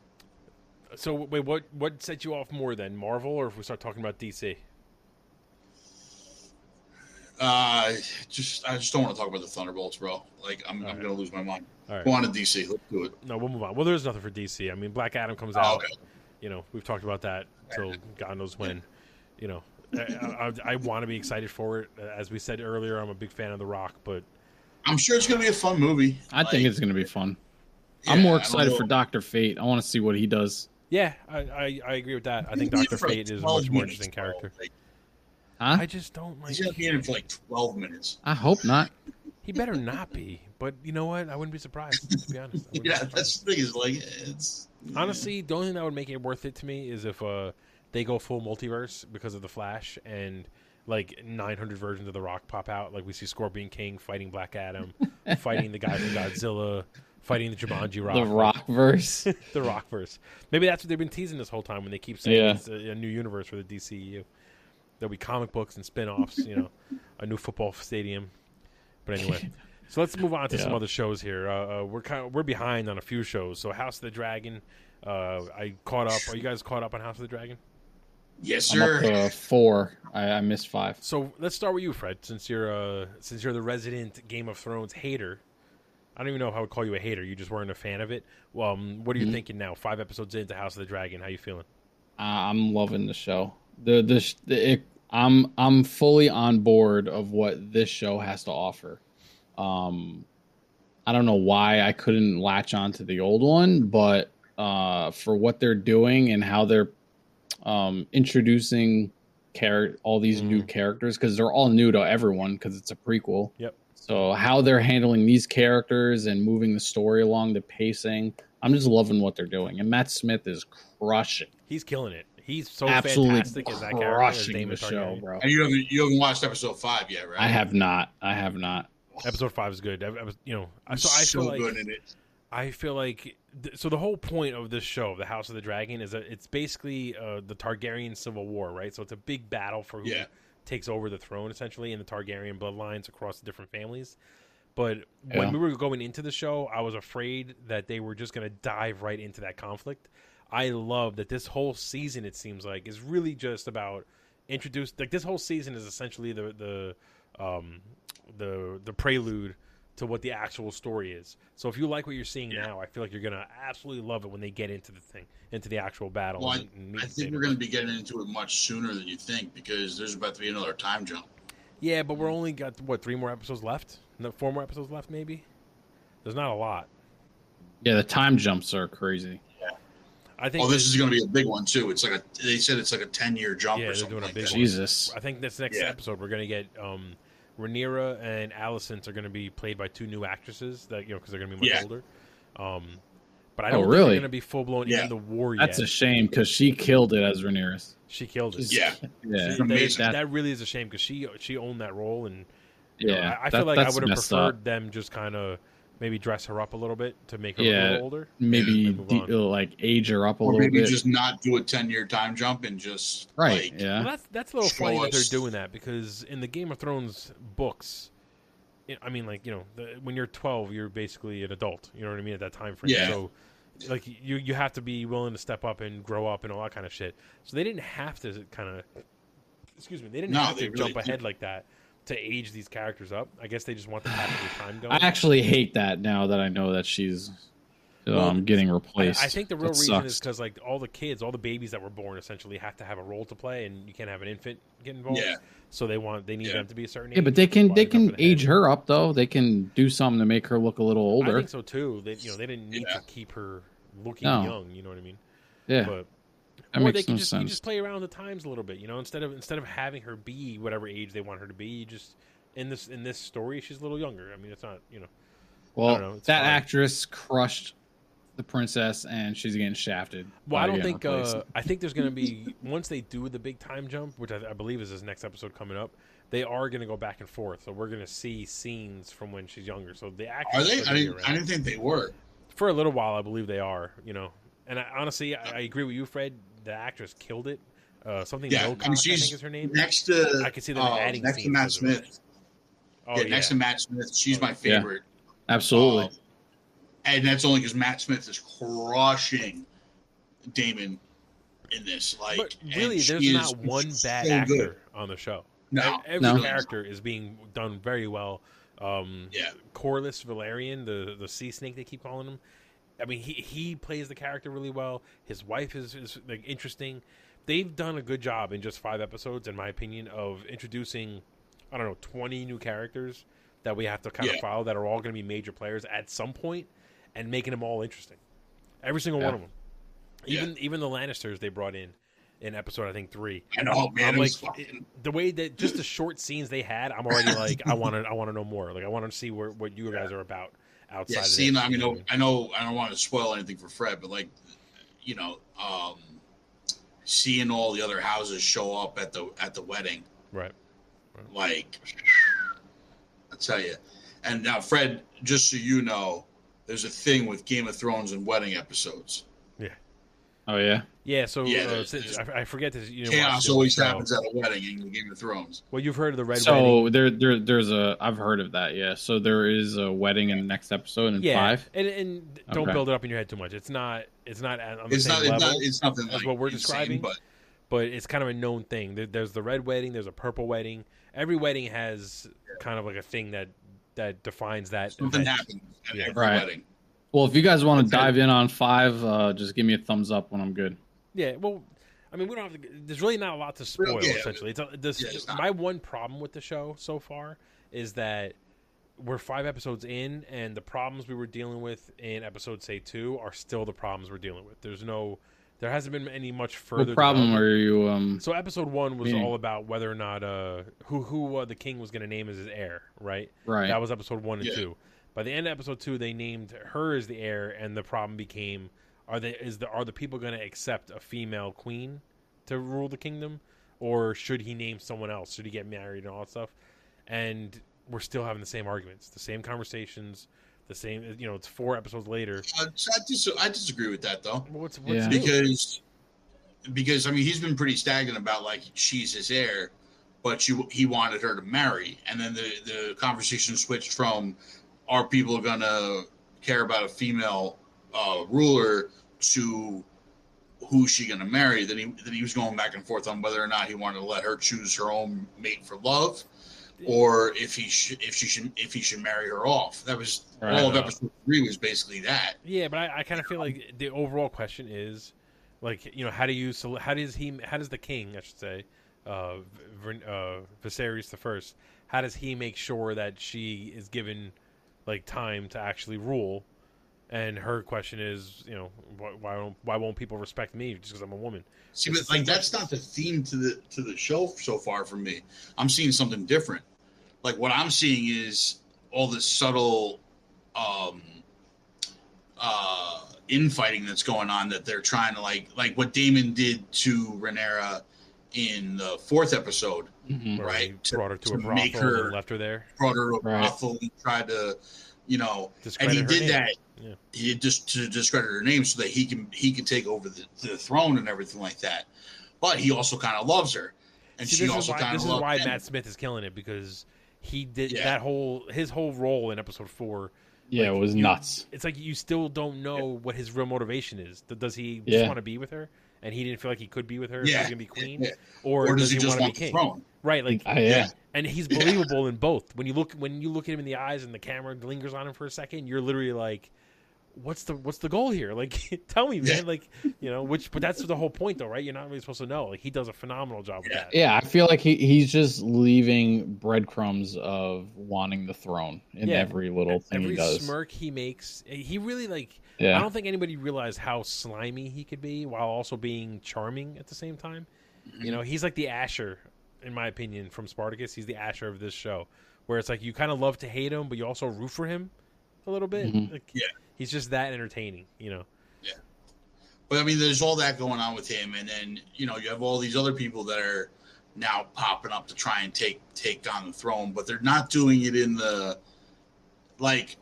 A: so wait, what what set you off more then, Marvel, or if we start talking about DC?
C: Uh, just I just don't want to talk about the Thunderbolts, bro. Like I'm, I'm
A: Alright.
C: going to lose my mind.
A: All right,
C: Go on to DC. Let's do it.
A: no, we'll move on. Well, there's nothing for DC. I mean, Black Adam comes
C: Oh,
A: out.
C: okay.
A: You know, we've talked about that till God knows when. You know, I, I, I want to be excited for it. As we said earlier, I'm a big fan of The Rock, but
C: I'm sure it's going to be a fun movie.
B: I think
C: Like,
B: it's going to be fun.
C: yeah,
B: I'm more
C: I don't
B: excited
C: know.
B: for Doctor Fate. I want to see what he does.
A: yeah, I, I, I agree with that. I think
C: He's
A: Doctor
C: for, like,
A: Fate is a
C: 12
A: much more
C: minutes,
A: interesting
C: bro.
A: character.
C: Like,
B: Huh?
A: I
B: I,
A: just don't like.
C: he's going to be in it for like 12 minutes.
B: hope not.
A: He better not be, but you know what? I wouldn't be surprised. To be honest, I wouldn't be
C: Yeah,
A: surprised.
C: that's the thing. Is like it's
A: honestly the only thing that would make it worth it to me is if uh, they go full multiverse because of the Flash and like 900 versions of the Rock pop out. Like we see Scorpion King fighting Black Adam, fighting the guy from Godzilla, fighting the Jumanji Rock,
B: The Rock verse.
A: the Rockverse. Maybe that's what they've been teasing this whole time when they keep saying
B: Yeah.
A: it's a, a new universe for the DCEU. There'll be comic books and spin-offs, you know, a new football stadium. But anyway, so let's move on to some
B: Yeah.
A: other shows here. Uh, uh, we're kind of, we're behind on a few shows. So House of the Dragon, uh, I caught up. Are you guys caught up on House of the Dragon?
C: yes,
B: I'm up
C: sir.
B: to four. I, I missed five.
A: So let's start with you, Fred, since you're uh, since you're the resident Game of Thrones hater. I don't even know if I would call you a hater. You just weren't a fan of it. Well, um, what are you
B: Mhm.
A: thinking now? Five episodes into House of the Dragon, how you feeling?
B: Uh, I'm loving the show. The the, sh- the it, I'm I'm fully on board of what this show has to offer. Um, I don't know why I couldn't latch on to the old one, but uh, for what they're doing and how they're um, introducing char- all these new characters because they're all new to everyone because it's a prequel.
A: Yep.
B: So how they're handling these characters and moving the story along, the pacing. I'm just loving what they're doing, and Matt Smith is crushing
A: He's killing it. He's so
B: absolutely
A: fantastic as that character. As
B: crushing
A: Damon
B: the show,
A: Targaryen.
B: bro.
C: And you haven't you haven't watched episode five yet, right?
B: I have not. I have not.
A: Episode five is good. I, I was, you know, I-
C: He's
A: so I
C: so
A: feel like
C: good in it.
A: I feel like th- so the whole point of this show, The House of the Dragon, is that it's basically uh, the Targaryen civil war, right? So it's a big battle for who
C: Yeah.
A: takes over the throne, essentially, in the Targaryen bloodlines across the different families. But when
B: Yeah.
A: we were going into the show, I was afraid that they were just going to dive right into that conflict. I love that this whole season, it seems like, is really just about introduce like this whole season is essentially the the um the the prelude to what the actual story is. So if you like what you're seeing
C: Yeah.
A: now, I feel like you're gonna absolutely love it when they get into the thing, into the actual battle.
C: Well,
A: and- and meat
C: I
A: and
C: think we're
A: potatoes.
C: going to be getting into it much sooner than you think because there's about to be another time jump.
A: Yeah, but we're only got what three more episodes left? No, four more episodes left, maybe. There's not a lot.
B: Yeah, the time jumps are crazy.
A: I think.
C: Oh, this is going to be a big one too. It's like a they said it's like a ten year jump
A: Yeah,
C: or
A: they're
C: something.
A: doing a
C: like
A: big
C: that.
A: one.
B: Jesus.
A: I think this next
C: Yeah.
A: episode we're gonna get um, Rhaenyra and Alicent are gonna be played by two new actresses that you know because they're gonna be much
C: Yeah.
A: older. Um, but I
B: Oh,
A: don't think
B: really?
A: they're gonna be full blown
C: Yeah.
A: in the war yet.
B: That's a shame because she killed it as Rhaenyra.
A: she killed it.
C: Yeah,
B: Yeah,
A: She- they-
C: amazing.
A: that, really is a shame because she she owned that role and you know,
B: yeah.
A: I, I
B: That-
A: feel like I
B: that's
A: would have
B: messed
A: preferred
B: up.
A: them just kind of maybe dress her up a little bit to make her look a
B: Yeah.
A: little older.
B: maybe
A: move
B: de-
A: on.
B: like age her up a
C: or
B: little
C: maybe
B: bit.
C: just not do a ten year time jump and just
B: right.
C: Like,
A: Well,
B: yeah.
A: that's that's a little funny that they're
C: Choice.
A: doing that because in the Game of Thrones books, it, I mean, like you know, the, when you're 12, you're basically an adult. You know what I mean at that time frame.
C: Yeah.
A: So, like you you have to be willing to step up and grow up and all that kind of shit. So they didn't have to kind of, excuse me, they didn't
C: No,
A: have
C: they
A: to
C: really
A: jump ahead like that to age these characters up. I guess they just want the passage of time going.
B: I actually hate that now that I know that she's um,
A: Well,
B: getting
A: I, I
B: replaced.
A: think the
B: That
A: real reason
B: sucks.
A: is because like all the kids, all the babies that were born, essentially have to have a role to play, and you can't have an infant get involved.
C: Yeah.
A: So they want they need
C: Yeah.
A: them to be a certain.
B: yeah,
A: age,
B: but they can they
A: wise enough
B: can
A: in the head.
B: age her up though. They can do something to make her look a little
A: I
B: older.
A: think so too. They you know they didn't need
C: Yeah.
A: to keep her looking
B: No.
A: young. You know what I mean?
B: yeah.
A: But
B: That
A: or
B: makes
A: they can
B: no
A: just you
B: sense.
A: just play around the times a little bit, you know. Instead of instead of having her be whatever age they want her to be, you just in this in this story she's a little younger. I mean, it's not you know.
B: Well,
A: know, it's
B: that
A: fine.
B: actress crushed the princess, and she's getting shafted.
A: Well,
B: by
A: I don't
B: Game of
A: think. Uh,
B: Places.
A: I think there's going to be once they do the big time jump, which I, I believe is this next episode coming up. They are going to go back and forth, so we're going to see scenes from when she's younger. So the
C: Are
A: actors
C: they?
A: are
C: I
A: gonna be
C: didn't, I
A: around.
C: didn't think they were.
A: for a little while. I believe they are. You know, and I, honestly, I, I agree with you, Fred. The actress killed it. Uh, something
C: Yeah, I mean,
A: Wilcox, I,
C: she's
A: think is her name.
C: Next to
A: I can see them
C: uh,
A: adding
C: next to
A: scenes
C: Matt
A: as we go.
C: Smith.
A: Oh
C: yeah, next to Matt Smith. She's
A: Oh,
C: my
A: yeah.
C: favorite.
B: Absolutely.
C: Uh, and that's only because Matt Smith is crushing Damon in this. Like,
A: but
C: and
A: really,
C: she
A: there's
C: is
A: not one bad
C: so
A: actor
C: good.
A: on the show. E-,
C: No,
A: every
B: No.
A: character is being done very well. Um,
C: Yeah.
A: Corliss Valerian, the the sea snake they keep calling him. I mean, he he plays the character really well. His wife is, is like interesting. They've done a good job in just five episodes, in my opinion, of introducing I don't know twenty new characters that we have to kind
C: Yeah.
A: of follow that are all going to be major players at some point, and making them all interesting. Every single
B: Yeah.
A: one of them. Even even the Lannisters they brought in in episode I think three.
C: And oh man,
A: I'm like
C: it was fucking-
A: the way that just the short scenes they had, I'm already like, I want to, I want to know more. Like, I want to see where what you guys are about outside.
C: yeah.
A: of
C: Seeing,
A: this,
C: I
A: you
C: mean,
A: know what
C: I know I don't want to spoil anything for Fred, but like, you know, um, seeing all the other houses show up at the at the wedding,
A: right?
C: like I tell you. And now, Fred, just so you know, there's a thing with Game of Thrones and wedding episodes.
B: oh yeah.
A: Yeah. So
C: Yeah,
A: uh,
C: there's-
A: since,
C: there's-
A: I, I forget this. You know, watch
C: Chaos
A: the-
C: always
A: so-
C: happens at a wedding in Game of Thrones.
A: Well, you've heard of the red wedding.
B: So there, there, there's a. I've heard of that. Yeah. So there is a wedding in the next episode in
A: Yeah,
B: five.
A: and and don't
B: Okay.
A: build it up in your head too much. It's not. It's not at- on the
C: It's
A: same
C: not,
A: level.
C: it's not. It's nothing
A: as
C: like
A: what we're
C: insane,
A: describing.
C: but
A: but it's kind of a known thing. There, there's the red wedding, there's a purple wedding. Every wedding has kind of like a thing that that defines that.
C: something
A: event.
C: happens at
A: Yeah.
C: every
B: Right.
C: wedding.
B: Well, if you guys want to
C: Okay.
B: dive in on five, uh, just give me a thumbs up when I'm good.
A: Yeah, well, I mean, we don't have to. There's really not a lot to spoil.
C: yeah,
A: essentially, it's, a- this,
C: yeah, it's not.
A: my one problem with the show so far is that we're five episodes in, and the problems we were dealing with in episode say two are still the problems we're dealing with. There's no, there hasn't been any much further
B: what problem
A: development.
B: are you? Um,
A: So episode one was
B: Meaning?
A: all about whether or not uh who who uh, the king was going to name as his heir, right?
B: right.
A: That was episode one and
C: Yeah.
A: two. By the end of episode two, they named her as the heir, and the problem became: are they is the are the people going to accept a female queen to rule the kingdom, or should he name someone else? Should he get married and all that stuff? And we're still having the same arguments, the same conversations, the same. You know, it's four episodes later.
C: Uh, so I, dis- I disagree with that though,
A: What's, what's
B: Yeah.
A: new?
C: because because I mean he's been pretty stagnant about like she's his heir, but she, he wanted her to marry, and then the the conversation switched from are people gonna care about a female uh, ruler to who's she gonna marry? Then he then he was going back and forth on whether or not he wanted to let her choose her own mate for love. Or if he should, if she should, if he should marry her off. That was
B: Right.
C: all of episode three was basically that.
A: Yeah, but I, I kind of feel like the overall question is, like, you know, how do you, sele- how does he, how does the king, I should say, uh, Vern- uh, Viserys the First, how does he make sure that she is given, like, time to actually rule? And her question is, you know, why, why don't why won't people respect me just because I'm a woman?
C: See,
A: It's
C: but
A: the same
C: like that's not the theme to the to the show so far for me. I'm seeing something different. Like what I'm seeing is all this subtle um uh infighting that's going on that they're trying to like like what Damon did to Renera in the fourth episode
B: Mhm.
A: Where
C: Right,
A: he
C: to-
A: brought her to, a
C: to make
A: brothel
C: her-
A: and left her there.
C: brought her to a
B: Right.
C: brothel and tried to you know and
A: discredit
C: he
A: her
C: did
A: name.
C: that
A: Yeah.
C: he just to discredit her name so that he can he can take over the, the throne and everything like that but he also kind of loves her and
A: See,
C: she
A: this
C: also
A: is why,
C: kind
A: this
C: of
A: is
C: loves
A: why
C: him.
A: Matt Smith is killing it because he did
C: Yeah.
A: that whole his whole role in episode four
B: Yeah,
A: Like,
B: it was
A: you-
B: nuts.
A: it's like you still don't know what his real motivation is. Th- Does he just
B: Yeah.
A: want to be with her, and he didn't feel like he could be with her? if
C: Yeah.
A: He's gonna be queen,
C: Yeah.
A: or,
C: or,
A: does, he,
C: just
A: want to
C: want
A: be
C: the
A: king?
C: throne
A: Right, like,
B: Ah, yeah.
A: and he's
C: Yeah.
A: believable in both. When you look when you look at him in the eyes, and the camera lingers on him for a second, you're literally like, what's the what's the goal here? Like, tell me,
C: Yeah.
A: man. Like, you know, which but that's the whole point, though, right? You're not really supposed to know. Like, he does a phenomenal job with
C: Yeah.
A: that.
B: Yeah, I feel like he, he's just leaving breadcrumbs of wanting the throne in
A: Yeah.
B: every little thing
A: Every
B: he does.
A: smirk he makes, eh, he really like. I
B: yeah,
A: don't think anybody realized how slimy he could be while also being charming at the same time. You know, he's like the Asher, in my opinion, from Spartacus. He's the Asher of this show, where it's like you kind of love to hate him, but you also root for him a little bit.
B: Mhm.
A: Like,
C: Yeah.
A: he's just that entertaining. You know,
C: But I mean, there's all that going on with him, and then you know you have all these other people that are now popping up to try and take take on the throne, but they're not doing it in the like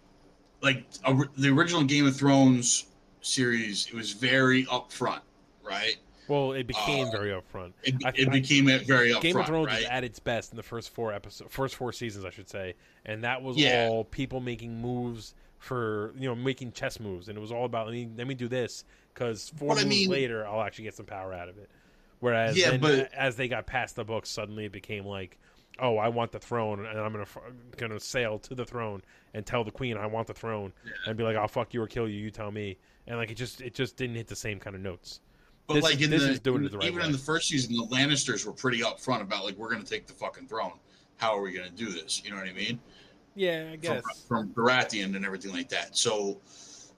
C: like a, the original Game of Thrones series. It was very upfront, right?
A: well, it became
C: Uh,
A: very upfront.
C: It,
A: I-
C: it
A: I-
C: became it very upfront,
A: Game of Thrones
C: right?
A: was at its best in the first four episodes, first four seasons, I should say, and that was
C: Yeah.
A: all people making moves for you know making chess moves, and it was all about let me let me do this because four
C: But I
A: moves
C: mean-
A: later I'll actually get some power out of it. Whereas
C: Yeah,
A: then,
C: but-
A: as they got past the book, suddenly it became like, oh, I want the throne, and I'm gonna f- gonna sail to the throne and tell the queen I want the throne, and be like, I'll fuck you or kill you, you tell me, and like it just it just didn't hit the same kind of notes.
C: But
A: This
C: like
A: is-
C: in
A: this
C: the,
A: is doing it the right
C: even
A: way.
C: in the first season, the Lannisters were pretty upfront about like we're going to take the fucking throne. How are we going to do this? You know what I mean?
A: Yeah, I
C: From, from Baratheon and everything like that. So,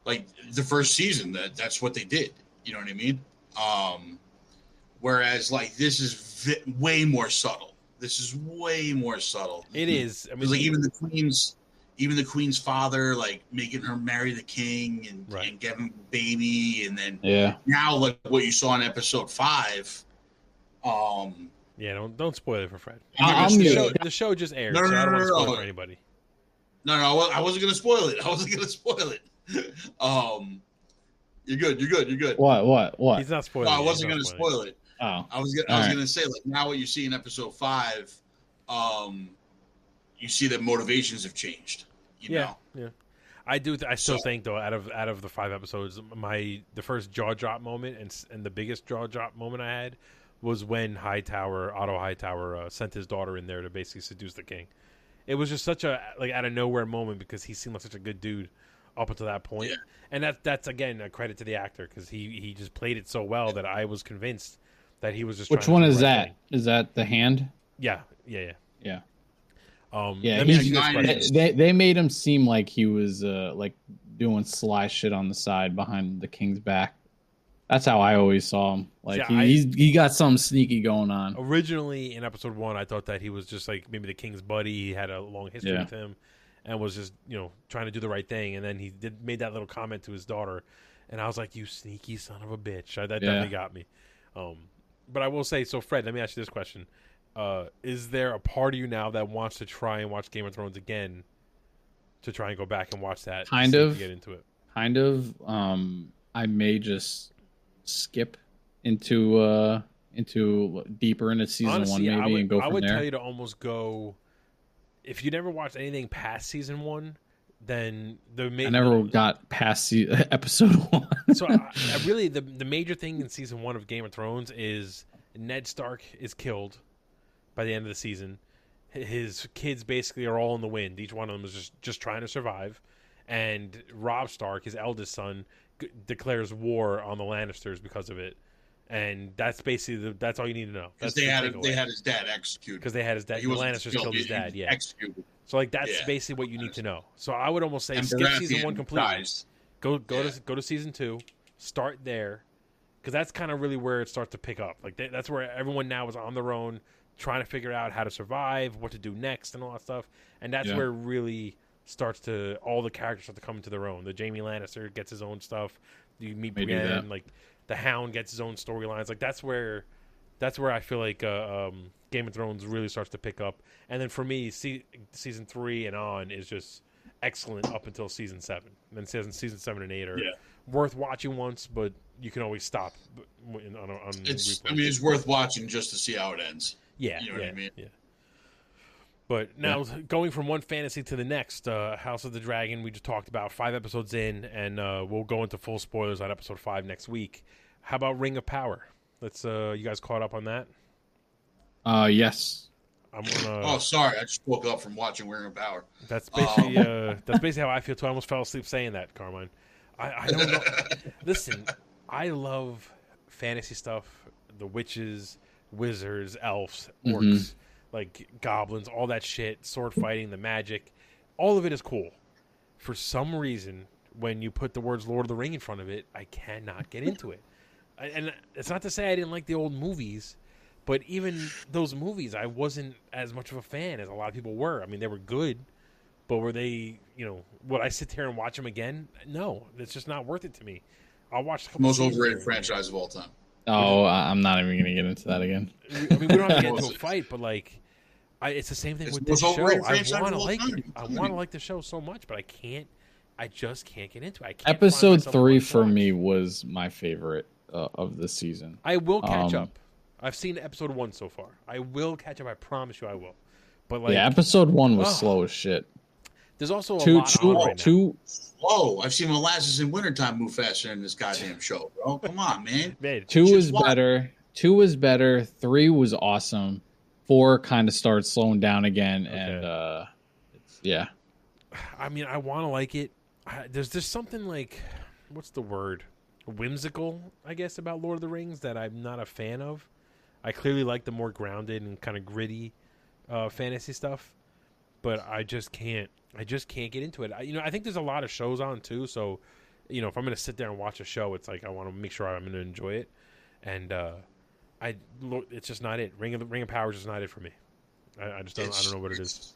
C: like the first season, that that's what they did. You know what I mean? Um, whereas like this is vi- way more subtle. This is way more subtle.
A: It is. I mean,
C: Because like even the queen's even the queen's father like making her marry the king and,
A: Right.
C: and getting a baby and then
B: yeah.
C: now like what you saw in episode five um
A: yeah, don't don't spoil it for Fred.
B: I-
C: I'm
B: I'll
C: just-
A: the
B: mute
A: show,
B: it.
A: the show just aired,
C: No, no,
A: so I don't
C: no,
A: want to
C: no,
A: spoil
C: no.
A: it for anybody.
C: no no i wasn't gonna spoil it i wasn't gonna spoil it um you're good you're good you're good
B: What? What? What?
A: He's not spoiling.
C: no, i
A: it,
C: wasn't
A: he's
C: gonna
A: not
C: spoil it
B: oh,
C: i was gonna i was
B: Alright.
C: gonna say like now what you see in episode five um you see that motivations have changed you
A: Yeah.
C: know
A: I do. Th- I still
C: So-
A: think though, out of out of the five episodes, my the first jaw drop moment and s- and the biggest jaw drop moment I had was when Hightower Otto Hightower uh, sent his daughter in there to basically seduce the king. It was just such a like out of nowhere moment because he seemed like such a good dude up until that point,
C: Yeah.
A: and that that's again a credit to the actor because he he just played it so well that I was convinced that he was just.
B: which
A: trying
B: one
A: to do
B: is
A: the right
B: that?
A: thing.
B: Is that the hand?
A: Yeah, yeah, yeah.
B: Yeah.
A: Um,
B: Yeah,
A: let me
B: he's
A: ask you this
C: united.
A: question.
B: They, they they made him seem like he was uh like doing sly shit on the side behind the king's back. That's how I always saw him. Like
A: Yeah,
B: he,
A: I- Oh.
B: he's, he got something sneaky going on.
A: Originally in episode one, I thought that he was just like maybe the king's buddy. He had a long history
B: Yeah.
A: with him, and was just you know trying to do the right thing. And then he did made that little comment to his daughter, and I was like, "You sneaky son of a bitch!" I, that
B: Yeah.
A: definitely got me. Um, but I will say, so Fred, let me ask you this question: uh, Is there a part of you now that wants to try and watch Game of Thrones again? To try and go back and watch that,
B: Kind
A: see if
B: of.
A: you get into it.
B: Kind of. Um, I may just skip into uh into deeper into season one
A: Honestly,
B: maybe
A: I would,
B: and go
A: I
B: from
A: would
B: there.
A: tell you to almost go. If you never watched anything past season one, then the ma-
B: I never got past se- episode one.
A: so I, I really the the major thing in season one of Game of Thrones is Ned Stark is killed by the end of the season. H- His kids basically are all in the wind. Each one of them is just just trying to survive. And Rob Stark, his eldest son, g- declares war on the Lannisters because of it. And that's basically the, that's all you need to know.
C: because
A: That's
C: they
A: the
C: had they
A: takeaway.
C: had his dad executed
A: because they had his dad. The
C: wasn't
A: Lannisters killed his
C: he was
A: dad. Yeah.
C: executed
A: So like that's
C: Yeah.
A: basically what you need to know. So I would almost say
C: and
A: skip season
C: Baratheon
A: one completely.
C: dies.
A: Go go
C: Yeah.
A: to go to season two. Start there, because that's kind of really where it starts to pick up. Like that, that's where everyone now is on their own, trying to figure out how to survive, what to do next, and all that stuff. And that's
B: Yeah.
A: where it really starts to all the characters start to come into their own. The Jamie Lannister gets his own stuff. You meet
B: They do
A: Brienne.
B: that.
A: Like the Hound gets his own storylines. Like that's where that's where I feel like uh, um, Game of Thrones really starts to pick up. And then for me, se- season three and on is just excellent up until season seven. And then season season seven and eight are
C: Yeah.
A: worth watching once, but you can always stop. b- when- On, on
C: It's
A: replay.
C: I mean it's worth watching just to see how it ends.
A: yeah,
C: you know what I
A: yeah,
C: mean?
A: yeah. But now going from one fantasy to the next, uh, House of the Dragon, we just talked about five episodes in, and uh, we'll go into full spoilers on episode five next week. How about Ring of Power? Let's uh, you guys caught up on that?
B: Uh, yes.
A: I'm gonna.
C: Oh, sorry, I just woke up from watching Wearing a Power.
A: That's basically uh, that's basically how I feel too. I almost fell asleep saying that, Carmine. I, I don't know. Listen, I love fantasy stuff, the witches, wizards, elves, orcs,
B: Mhm.
A: like goblins, all that shit, sword fighting, the magic. All of it is cool. For some reason, when you put the words Lord of the Ring in front of it, I cannot get into it. I- And it's not to say I didn't like the old movies, but even those movies, I wasn't as much of a fan as a lot of people were. I mean, they were good, but were they, you know, would I sit there and watch them again? No, it's just not worth it to me. I'll watch a couple
C: Most
A: seasons here
C: overrated
A: and there.
C: franchise of all time.
B: Oh, I- I'm not even going to get into that again.
A: We- I mean, we don't have to get into a
C: Most-
A: fight, but like, I, it's the same thing
C: It's
A: with
C: the
A: this
C: most
A: show.
C: overrated
A: I
C: franchise of
A: want to
C: all
A: like
C: time.
A: it. I
C: Tell me.
A: want to like the show so much, but I can't. I just can't get into it. I can't find
B: Episode
A: myself
B: three
A: wanting to
B: for
A: watch.
B: me was my favorite uh, of the season.
A: I will catch
B: Um,
A: up. I've seen episode one so far. I will catch up. I promise you, I will. But like,
B: yeah, episode one was
A: Ugh.
B: slow as shit.
A: there's also a
B: Two,
A: lot
B: two,
A: on right now.
B: two.
C: Whoa, I've seen molasses in wintertime move faster than this goddamn show, bro. Come on, man.
A: Man,
B: Two
C: Just
B: was
C: watch.
B: better. Two was better. Three was awesome. Four kind of started slowing down again, and
A: Okay.
B: uh, it's, yeah,
A: I mean, I want to like it. I, there's just something like, what's the word? Whimsical, I guess, about Lord of the Rings that I'm not a fan of. I clearly like the more grounded and kind of gritty uh, fantasy stuff, but I just can't. I just can't get into it. I, you know, I think there's a lot of shows on too, so you know, if I'm going to sit there and watch a show, it's like I want to make sure I'm going to enjoy it, and uh, I, Lord, it's just not it. Ring of the Ring of Power is just not it for me. I, I just don't. I don't know what it is.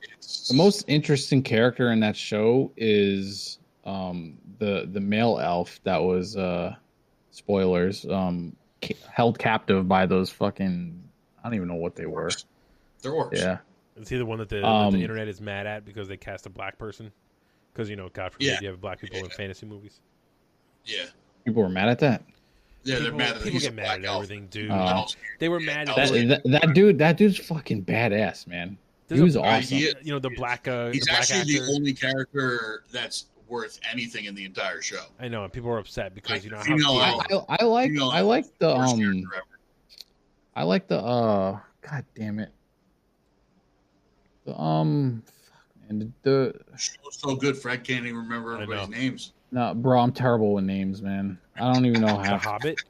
B: the most interesting character in that show is um the the male elf that was uh spoilers um ca- held captive by those fucking I don't even know what they were.
C: They're orcs.
B: Yeah.
A: Is he the one that the, that
B: Um,
A: the internet is mad at because they cast a black person? Because you know, God forbid
C: Yeah.
A: you have black people in
C: Yeah.
A: fantasy movies.
C: Yeah.
B: People were mad at that.
C: Yeah, they're
A: people,
C: mad that
A: people
C: he's
A: get
C: a
A: mad
C: black
A: at
C: elf.
A: everything, dude.
B: Uh, Oh.
A: they were mad at
B: That, that
C: Elf.
B: that dude that dude's fucking badass, man.
A: There's
B: he was
A: a-
B: awesome.
C: He-
A: you know the black uh, the
C: He's
A: black
C: actually
A: actor.
C: the only character that's worth anything in the entire show.
A: I know, and people are upset because
C: Like,
A: you know how
C: female
B: I,
C: elf.
B: I, I like
C: Female
B: I like the
C: Worst
B: um
C: character ever.
B: I like the uh god damn it. The um fuck man the, the
C: She was so good, Fred can't even remember
A: I
C: everybody's
A: know.
C: names.
B: No, bro, I'm terrible with names, man. I don't even know
A: the
B: how.
A: Hobbit,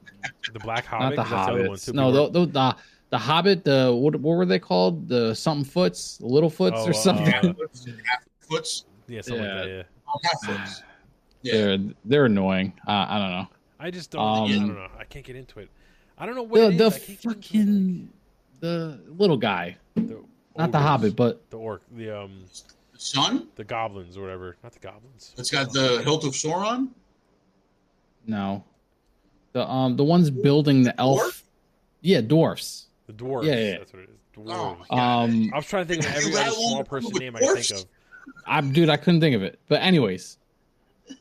A: the Black Hobbit,
B: not the
A: 'cause that's the other one
B: hobbits.
A: too.
B: No,
A: People
B: the, the, the the Hobbit. The what, what were they called? The something foots, the little foots,
A: Oh,
B: or something.
A: Uh,
C: Foots.
A: were- yeah, something like that. Yeah,
C: Oh, half foots. Yeah.
B: they're they're annoying. Uh, I don't know.
A: I just don't.
B: Um,
A: I don't know. I can't get into it. I don't know what it
B: the
A: is.
B: the
A: I can't get into
B: fucking the little guy,
A: it. the
B: not the
A: ogres,
B: Hobbit, but
A: the orc, the um,
C: Son?
A: the goblins or whatever. Not the goblins.
C: That's got the hilt of Sauron?
B: no, the um the ones building the elf.
C: Dwarf?
B: Yeah, dwarfs.
A: The dwarves.
B: Yeah, yeah.
A: That's what it is.
C: Oh,
A: Dwarves.
C: my God.
B: Um,
A: I was trying to think of
C: You
A: every
C: rattle
A: other small
C: with
A: person name I could
C: dwarfs?
A: think of.
B: I dude, I couldn't think of it. But anyways,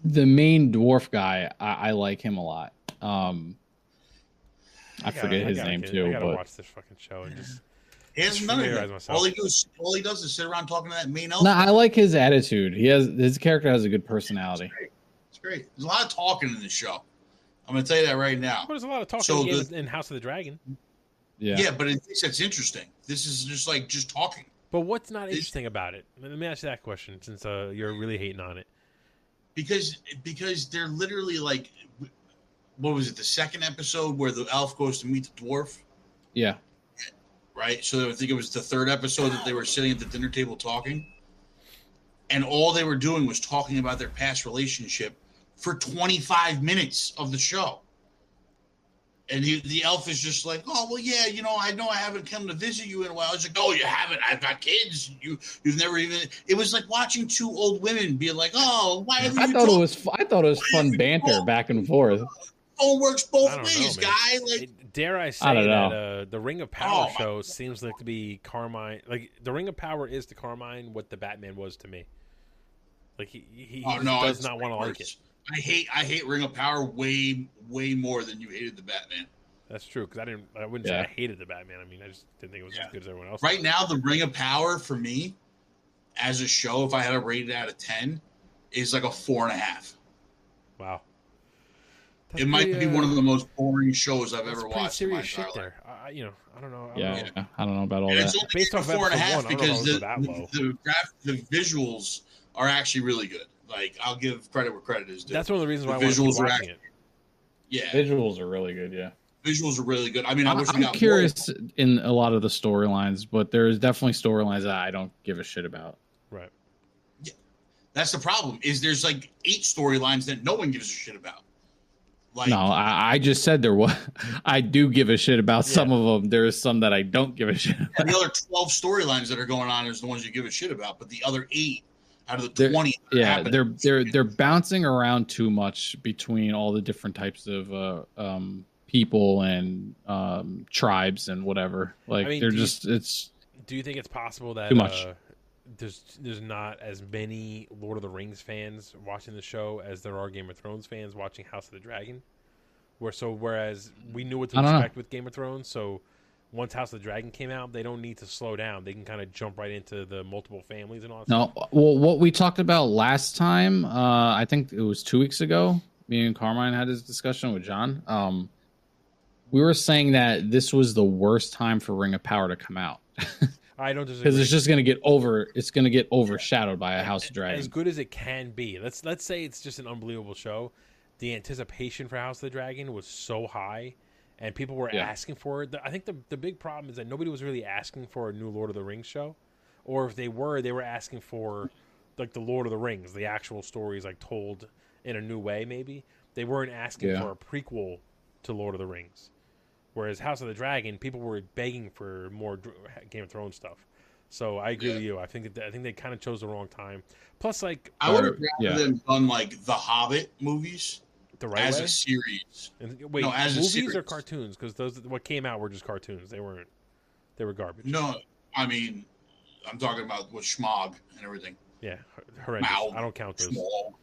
B: the main dwarf guy, I, I like him a lot. Um, I,
A: gotta-
B: forget his
A: gotta
B: name
A: get- I
B: too,
A: gotta
B: but
A: watch this fucking show and just
C: He has
A: Just
C: none of
A: familiarize
C: that.
A: myself.
C: All he does, all he does is sit around talking to that main elf.
B: no, I like his attitude. He has his character has a good personality.
C: It's great. There's a lot of talking in this show. I'm going to tell you that right now.
A: but there's a lot of talking
C: So
A: in,
C: the-
A: Game- in House of the Dragon.
B: Yeah,
C: Yeah, but it thinks that's interesting. This is just like just talking.
A: But what's not
C: It's-
A: interesting about it? Let me ask you that question since uh, you're really hating on it.
C: because because they're literally like what was it the second episode where the elf goes to meet the dwarf
B: yeah.
C: right so i think it was the third episode that they were sitting at the dinner table talking and all they were doing was talking about their past relationship for 25 minutes of the show and he, the elf is just like oh well yeah you know i know i haven't come to visit you in a while it's like oh you haven't i've got kids you you've never even it was like watching two old women be like oh why have
B: I
C: you
B: thought
C: talked
B: it was I thought it was fun banter back and forth.
C: phone works
A: I
C: both
A: don't know,
C: ways,
A: man.
C: guy. Like,
A: It- dare I say
B: don't
A: that
B: know.
A: uh, the Ring of Power
C: Oh, my-
A: show seems like to be Carmine. Like the Ring of Power is to Carmine what the Batman was to me. Like he, he, he
C: oh
A: just
C: no,
A: does
C: it's
A: not
C: way
A: want to like it.
C: worse. I hate, I hate Ring of Power way, way more than you hated the Batman.
A: That's true because I didn't. I wouldn't
B: Yeah.
A: say I hated the Batman. I mean, I just didn't think it was
C: Yeah.
A: as good as everyone else.
C: Right now, the Ring of Power for me, as a show, if I had to rate it out of ten, is like a four and a half.
A: Wow.
C: it might be one of
A: the.
C: the most boring shows I've
A: uh, That's
C: ever
A: pretty
C: watched.
A: serious
C: in
A: shit
C: my entire life.
A: there. I, I- you know, I don't know. I
B: Yeah,
A: Don't know.
B: I don't know about all
C: And
B: that.
C: it's only
A: Based off
C: four and
A: episode
C: a half
A: one, I don't know if it
C: because the,
A: was that low.
C: the, graph, the visuals are actually really good. Like I'll give credit where credit is due.
A: That's one of the reasons
C: The
A: why I wanted to keep
C: visuals are
A: watching it.
C: yeah,
B: Visuals are really good. Yeah.
C: visuals are really good. I mean, I
B: I'm,
C: wish we
B: I'm
C: got
B: curious in a lot of the storylines, but there is definitely storylines that I don't give a shit about.
A: Right.
C: more. That's the problem. Is there's like eight storylines that no one gives a shit about. Like
B: No, I, I just said there was. I do give a shit about
A: Yeah.
B: some of them. There is some that I don't give a shit. About.
C: and the other twelve storylines that are going on is the ones you give a shit about, but the other eight out of the
B: They're-
C: twenty, that are
B: Yeah,
C: happening-
B: they're they're they're bouncing around too much between all the different types of uh, um, people and um, tribes and whatever. Like
A: mean,
B: they're
A: do you-
B: just it's
A: Do you think it's possible that
B: Too much.
A: Uh, there's there's not as many Lord of the Rings fans watching the show as there are Game of Thrones fans watching House of the Dragon? Where so whereas we knew what to
B: I don't know.
A: expect with Game of Thrones, so once House of the Dragon came out, they don't need to slow down. They can kind of jump right into the multiple families and all. that stuff.
B: no. Well, what we talked about last time, uh, I think it was two weeks ago. Me and Carmine had this discussion with John. Um, we were saying that this was the worst time for Ring of Power to come out.
A: I don't disagree.
B: because it's just going to get over. It's going to get overshadowed by a House of
A: as
B: Dragon.
A: good as it can be. Let's let's say it's just an unbelievable show. The anticipation for House of the Dragon was so high, and people were
B: Yeah.
A: asking for it. The- I think the the big problem is that nobody was really asking for a new Lord of the Rings show, or if they were, they were asking for like the Lord of the Rings, the actual stories like told in a new way. Maybe they weren't asking
B: Yeah.
A: for a prequel to Lord of the Rings, whereas House of the Dragon, people were begging for more Dr- Game of Thrones stuff. So I agree
C: Yeah.
A: with you. I think that I think they kind of chose the wrong time. Plus, like
C: I would have
B: Or-
C: rather
B: yeah.
C: them done like the Hobbit movies
A: the right
C: as
A: way.
C: a series.
A: And- wait,
C: no, as a
A: movies or
C: series.
A: cartoons? Because those what came out were just cartoons. They weren't. They were garbage.
C: No, I mean, I'm talking about with Schmog and everything.
A: Yeah, hor- horrendous.
C: Wow.
A: I don't count those.
C: Schmog.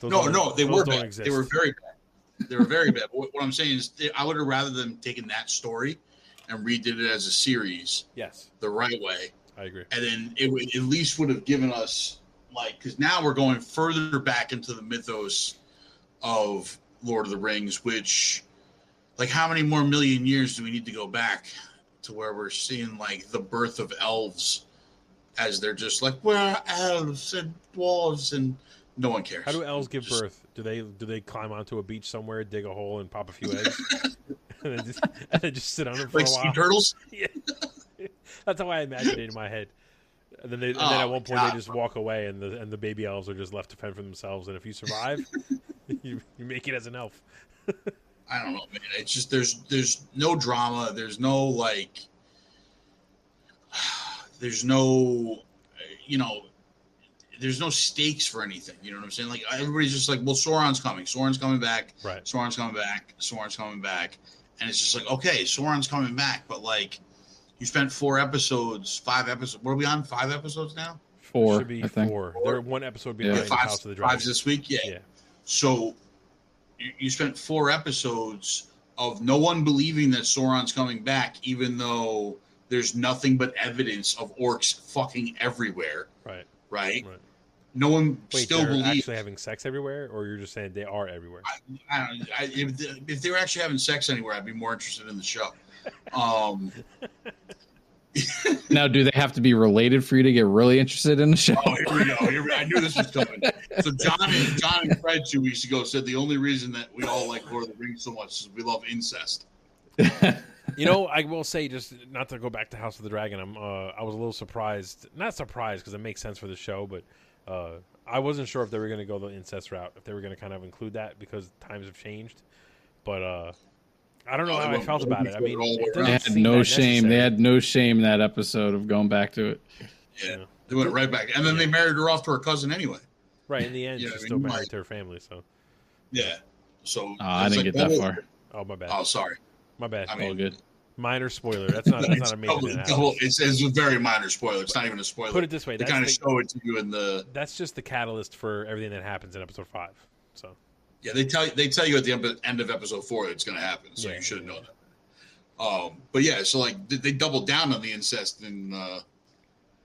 A: Those
C: no,
A: don't-
C: no, they
A: those
C: were
A: don't
C: bad.
A: exist.
C: They were very bad. They were very bad. What, what I'm saying is, they, I would have rather them taken that story and redid it as a series
A: yes,
C: the right way,
A: I agree.
C: and then it would at least would have given us like because now we're going further back into the mythos of Lord of the Rings, which like how many more million years do we need to go back to where we're seeing like the birth of elves as they're just like we're elves and dwarves and no one cares.
A: How do elves give
C: Just-
A: birth? Do they do they climb onto a beach somewhere, dig a hole, and pop a few eggs, and, then just, and then just sit on them for
C: like
A: a
C: sea
A: while?
C: turtles?
A: That's how I imagined it in my head. And then, they, and then at
C: Oh,
A: one point
C: God.
A: they just walk away, and the and the baby elves are just left to fend for themselves. And if you survive, you, you make it as an elf.
C: I don't know, man. It's just there's there's no drama. There's no like. There's no, you know, there's no stakes for anything. You know what I'm saying? Like everybody's just like, well, Sauron's coming. Sauron's coming back.
A: Right.
C: Sauron's coming back. Sauron's coming back. And it's just like, okay, Sauron's coming back, but like, you spent four episodes, five episodes. What are we on? Five episodes now.
B: Four,
A: should be
B: I think.
A: four.
C: Four.
A: They're one episode
B: Yeah,
A: behind
C: five,
A: House of the Dragon.
C: five this week.
A: yeah,
C: So you, you spent four episodes of no one believing that Sauron's coming back, even though there's nothing but evidence of orcs fucking everywhere,
A: right.
C: right?
A: Right.
C: No one
A: Wait,
C: still
A: they're
C: believes.
A: actually having sex everywhere, or you're just saying they are everywhere?
C: I don't, I, if, they- if they were actually having sex anywhere, I'd be more interested in the show. Um,
B: Now, do they have to be related for you to get really interested in the show?
C: oh, here we go. Here we- I knew this was coming. So John and John and Fred two weeks ago said the only reason that we all like Lord of the Rings so much is we love incest.
A: you know, I will say just not to go back to House of the Dragon. I'm uh, I was a little surprised, not surprised because it makes sense for the show, but uh, I wasn't sure if they were going to go the incest route, if they were going to kind of include that because times have changed. But uh, I don't know
C: Oh, they
A: how I
C: won't-
A: felt
C: they
A: about
C: won't
A: it. I
C: do it
A: mean,
C: all the way
A: it
C: around.
B: they
A: doesn't
B: had
A: seem
B: no
A: that
B: shame. They
A: necessary.
B: had no shame in that episode of going back to it.
C: Yeah,
A: Yeah.
C: they went right back, and then they married her off to her cousin anyway.
A: right in the end.
C: Yeah,
A: she's
C: I mean,
A: still married
C: like-
A: to her family. So,
C: Yeah. So
B: Oh, I
C: it's
B: didn't
C: like,
B: get that
C: oh,
B: far.
A: oh my bad,
C: Oh, sorry.
A: my bad.
C: I mean,
B: All good.
A: Minor spoiler. That's not that's not a major.
C: double-
A: thing that
C: double-
A: happens.
C: it's, it's a very minor spoiler. It's not even a spoiler.
A: Put it this way:
C: they
A: that's
C: kind of
A: the-
C: show it to you in the
A: that's just the catalyst for everything that happens in episode five. So
C: yeah. They tell you they tell you at the em- end of episode four it's going to happen, so
A: Yeah,
C: you should have
A: yeah,
C: known that. Um, but yeah, so like they, they doubled down on the incest in uh,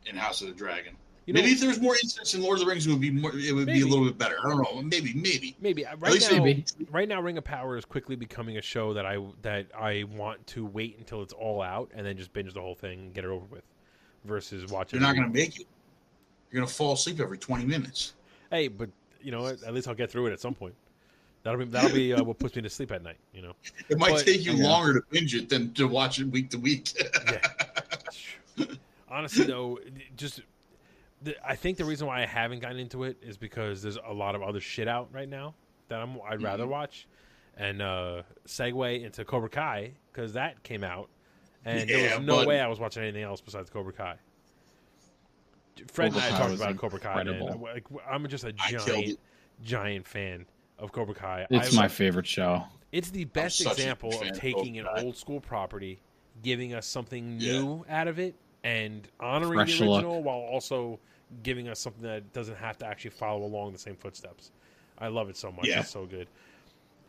C: in House of the Dragon.
A: you know,
C: maybe if there's more incest in Lord of the Rings, it would be more. It would
A: Maybe.
C: be a little bit better. I don't know. Maybe, maybe.
A: maybe Uh, right
C: least
A: now,
B: maybe.
A: right now, Ring of Power is quickly becoming a show that I that I want to wait until it's all out and then just binge the whole thing and get it over with. Versus watching.
C: You're not going to make it. You're going to fall asleep every 20 minutes.
A: Hey, but you know, at least I'll get through it at some point. That'll be that'll be uh, what puts me to sleep at night. You know.
C: It might
A: But-
C: take you
B: yeah.
C: longer to binge it than to watch it week to week.
A: Yeah. Honestly, though, just the, I think the reason why I haven't gotten into it is because there's a lot of other shit out right now that I'm I'd rather watch, and uh, segue into Cobra Kai because that came out, and there
C: Yeah,
A: was no
C: but-
A: way I was watching anything else besides Cobra Kai. Fred
B: Cobra
A: and I
B: Kai
A: talked
B: was
A: about Cobra Kai. And
B: incredible.
A: like, I'm just a
C: I killed
A: giant,
C: it.
A: giant fan of Cobra Kai.
B: It's
A: I-
B: my favorite show.
A: it's the best
C: such a
A: example
C: huge
A: of
C: fan of
A: taking an
C: Cobra Kai.
A: old school property, giving us something
C: Yeah.
A: new out of it, and honoring
B: Fresh
A: the
B: look.
A: original while also giving us something that doesn't have to actually follow along the same footsteps. I love it so much.
C: Yeah.
A: It's so good.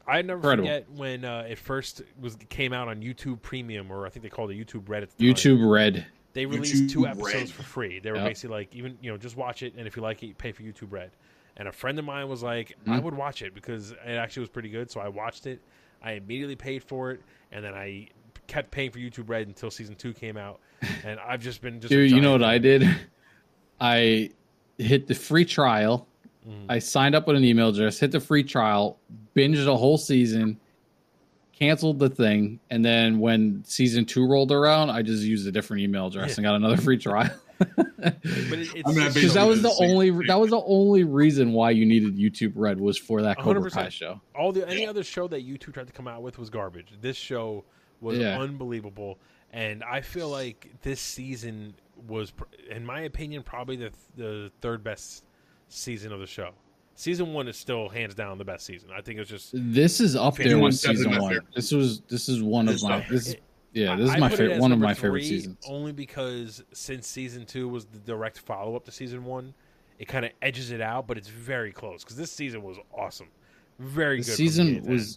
A: I never
B: Incredible.
A: forget when uh, it first was came out on YouTube Premium, or I think they called it YouTube Red. At the time.
B: YouTube Red.
A: They released two
C: YouTube
A: episodes
C: Red.
A: for free. They were
B: Yep.
A: basically like, even you know, just watch it, and if you like it, you pay for YouTube Red. And a friend of mine was like,
B: Mm-hmm.
A: I would watch it because it actually was pretty good. So I watched it. I immediately paid for it, and then I kept paying for YouTube Red until season two came out. And I've just been just a
B: Dude, you know
A: giant-
B: what I did? I hit the free trial.
A: Mm.
B: I signed up with an email address, hit the free trial, binged a whole season, canceled the thing, and then when season two rolled around, I just used a different email address and got another free trial.
A: But it, it's
C: I mean, I
B: Because that was the
C: Basically the
B: only
C: same thing.
B: that was the only reason why you needed YouTube Red was for that Cobra
A: 100%.
B: Kai show.
A: all the any other show that YouTube tried to come out with was garbage. This show was
B: Yeah.
A: unbelievable, and I feel like this season was, pr- in my opinion, probably the the third best season of the show. Season one is still hands down the best season. I think it's just
B: This is up there
A: Season
B: with
C: one's definitely
B: season
C: my
B: one.
C: favorite.
B: This was this is one of
C: This
B: my
C: stuff.
B: this is, yeah
A: I-
B: this is
A: I
B: my
A: put it
B: favorite
A: as
B: one of
A: number
B: my favorite
A: three
B: seasons.
A: Only because since season two was the direct follow up to season one, it kind of edges it out, but it's very close because this season was awesome. Very
B: The
A: good. from
B: season
A: beginning to
B: was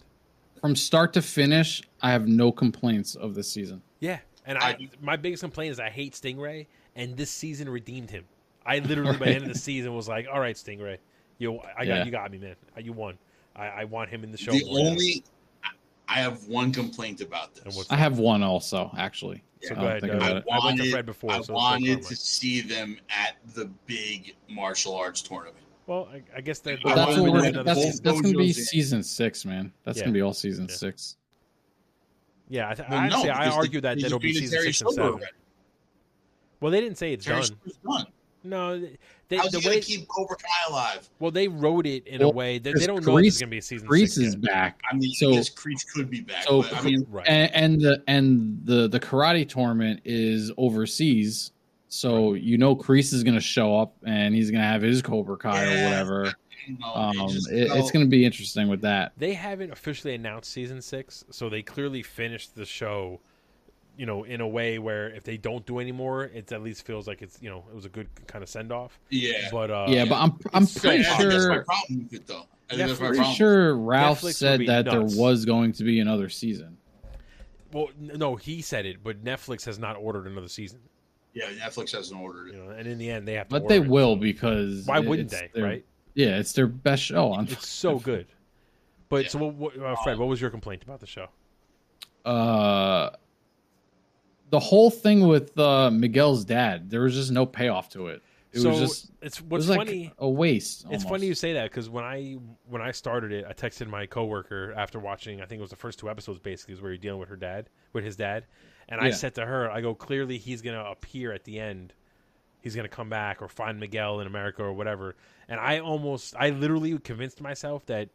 A: end.
B: from start to finish. I have no complaints of this season.
A: Yeah, and I,
C: I-
A: my biggest complaint is I hate Stingray, and this season redeemed him. I literally by the end of the season was like, "All right, Stingray, you, I got
B: Yeah.
A: you, got me, man. Uh, You won. I, I want him in the show."
C: the
A: more now."
C: only I have one complaint about this.
A: And what's
B: I have one also, actually.
A: so
B: Now
A: go
B: I'm
A: ahead.
B: thinking
A: uh,
B: about
A: I,
B: it.
A: went to
C: Wanted-
A: Fred before,
C: I
A: so it's like
C: wanted
A: karma.
C: to see them at the big martial arts tournament.
A: Well, I, I guess that
C: I
B: That's
C: wanted
B: what
C: to
B: we're,
C: win
B: that's,
C: both
B: that's gonna be
C: dojos in.
B: season six, man. That's
A: Yeah.
B: gonna be all season
A: Yeah.
B: six.
A: yeah. I, th-
C: Well,
A: honestly, I
C: because
A: argue
C: the-
A: that
C: because
A: that'll be
C: Phoenix
A: season
C: Harry's
A: six and
C: sober
A: seven.
C: already.
A: Well, they didn't say it's
C: Terry
A: done.
C: Silver's done.
A: No, they,
C: How's
A: the
C: he
A: way
C: gonna keep Cobra Kai alive?
A: well they wrote it in a
B: Well,
A: way that they
B: because
A: don't know if it's
B: Grease-
A: going to be a season
B: Grease
A: six.
B: is
A: yet.
B: back,
C: I mean,
B: So-
C: I guess Creech could be back,
B: so-
C: but I mean,
A: right.
B: and, and the and the the karate tournament is overseas, so you know Crease is gonna show up and he's gonna have his Cobra Kai or
C: Yeah.
B: whatever.
C: you know,
B: Um,
C: it just
B: it- it's
C: felt-
B: gonna be interesting with that.
A: they haven't officially announced season six, so they clearly finished the show, you know, in a way where if they don't do anymore, it at least feels like it's you know it was a good kind of send off.
C: Oh, yeah.
A: But uh,
B: yeah, but I'm I'm
C: So,
B: pretty
C: yeah,
B: sure
C: That's my problem with it, though. I think
A: Yeah,
C: that's my
A: pretty
B: pretty
C: problem.
B: sure Ralph
A: Netflix would
B: said
A: be
B: that
A: nuts.
B: there was going to be another season.
A: well, n- no, he said it, but Netflix has not ordered another season,
C: Yeah, Netflix hasn't ordered
A: you
C: it.
A: know, and in the end they have to.
B: But
A: order
B: they
A: it.
B: will because
A: Why wouldn't
B: it's
A: they?
B: their-
A: Right?
B: Yeah, it's their best show on.
A: It's so good. But
C: Yeah.
A: so, what, what- uh, Fred, what was your complaint about the show?
B: Uh, the whole thing with uh, Miguel's dad, there was just no payoff to it. It
A: so
B: was just
A: it's
B: it
A: what's
B: was like
A: funny.
B: a waste.
A: It's funny you
B: almost.
A: say that because when I when I started it, I texted my coworker after watching. I think it was the first two episodes, basically, is where you're dealing with her dad, with his dad, and I
B: Yeah.
A: said to her, "I go clearly he's gonna appear at the end. He's gonna come back or find Miguel in America or whatever." And I almost, I literally convinced myself that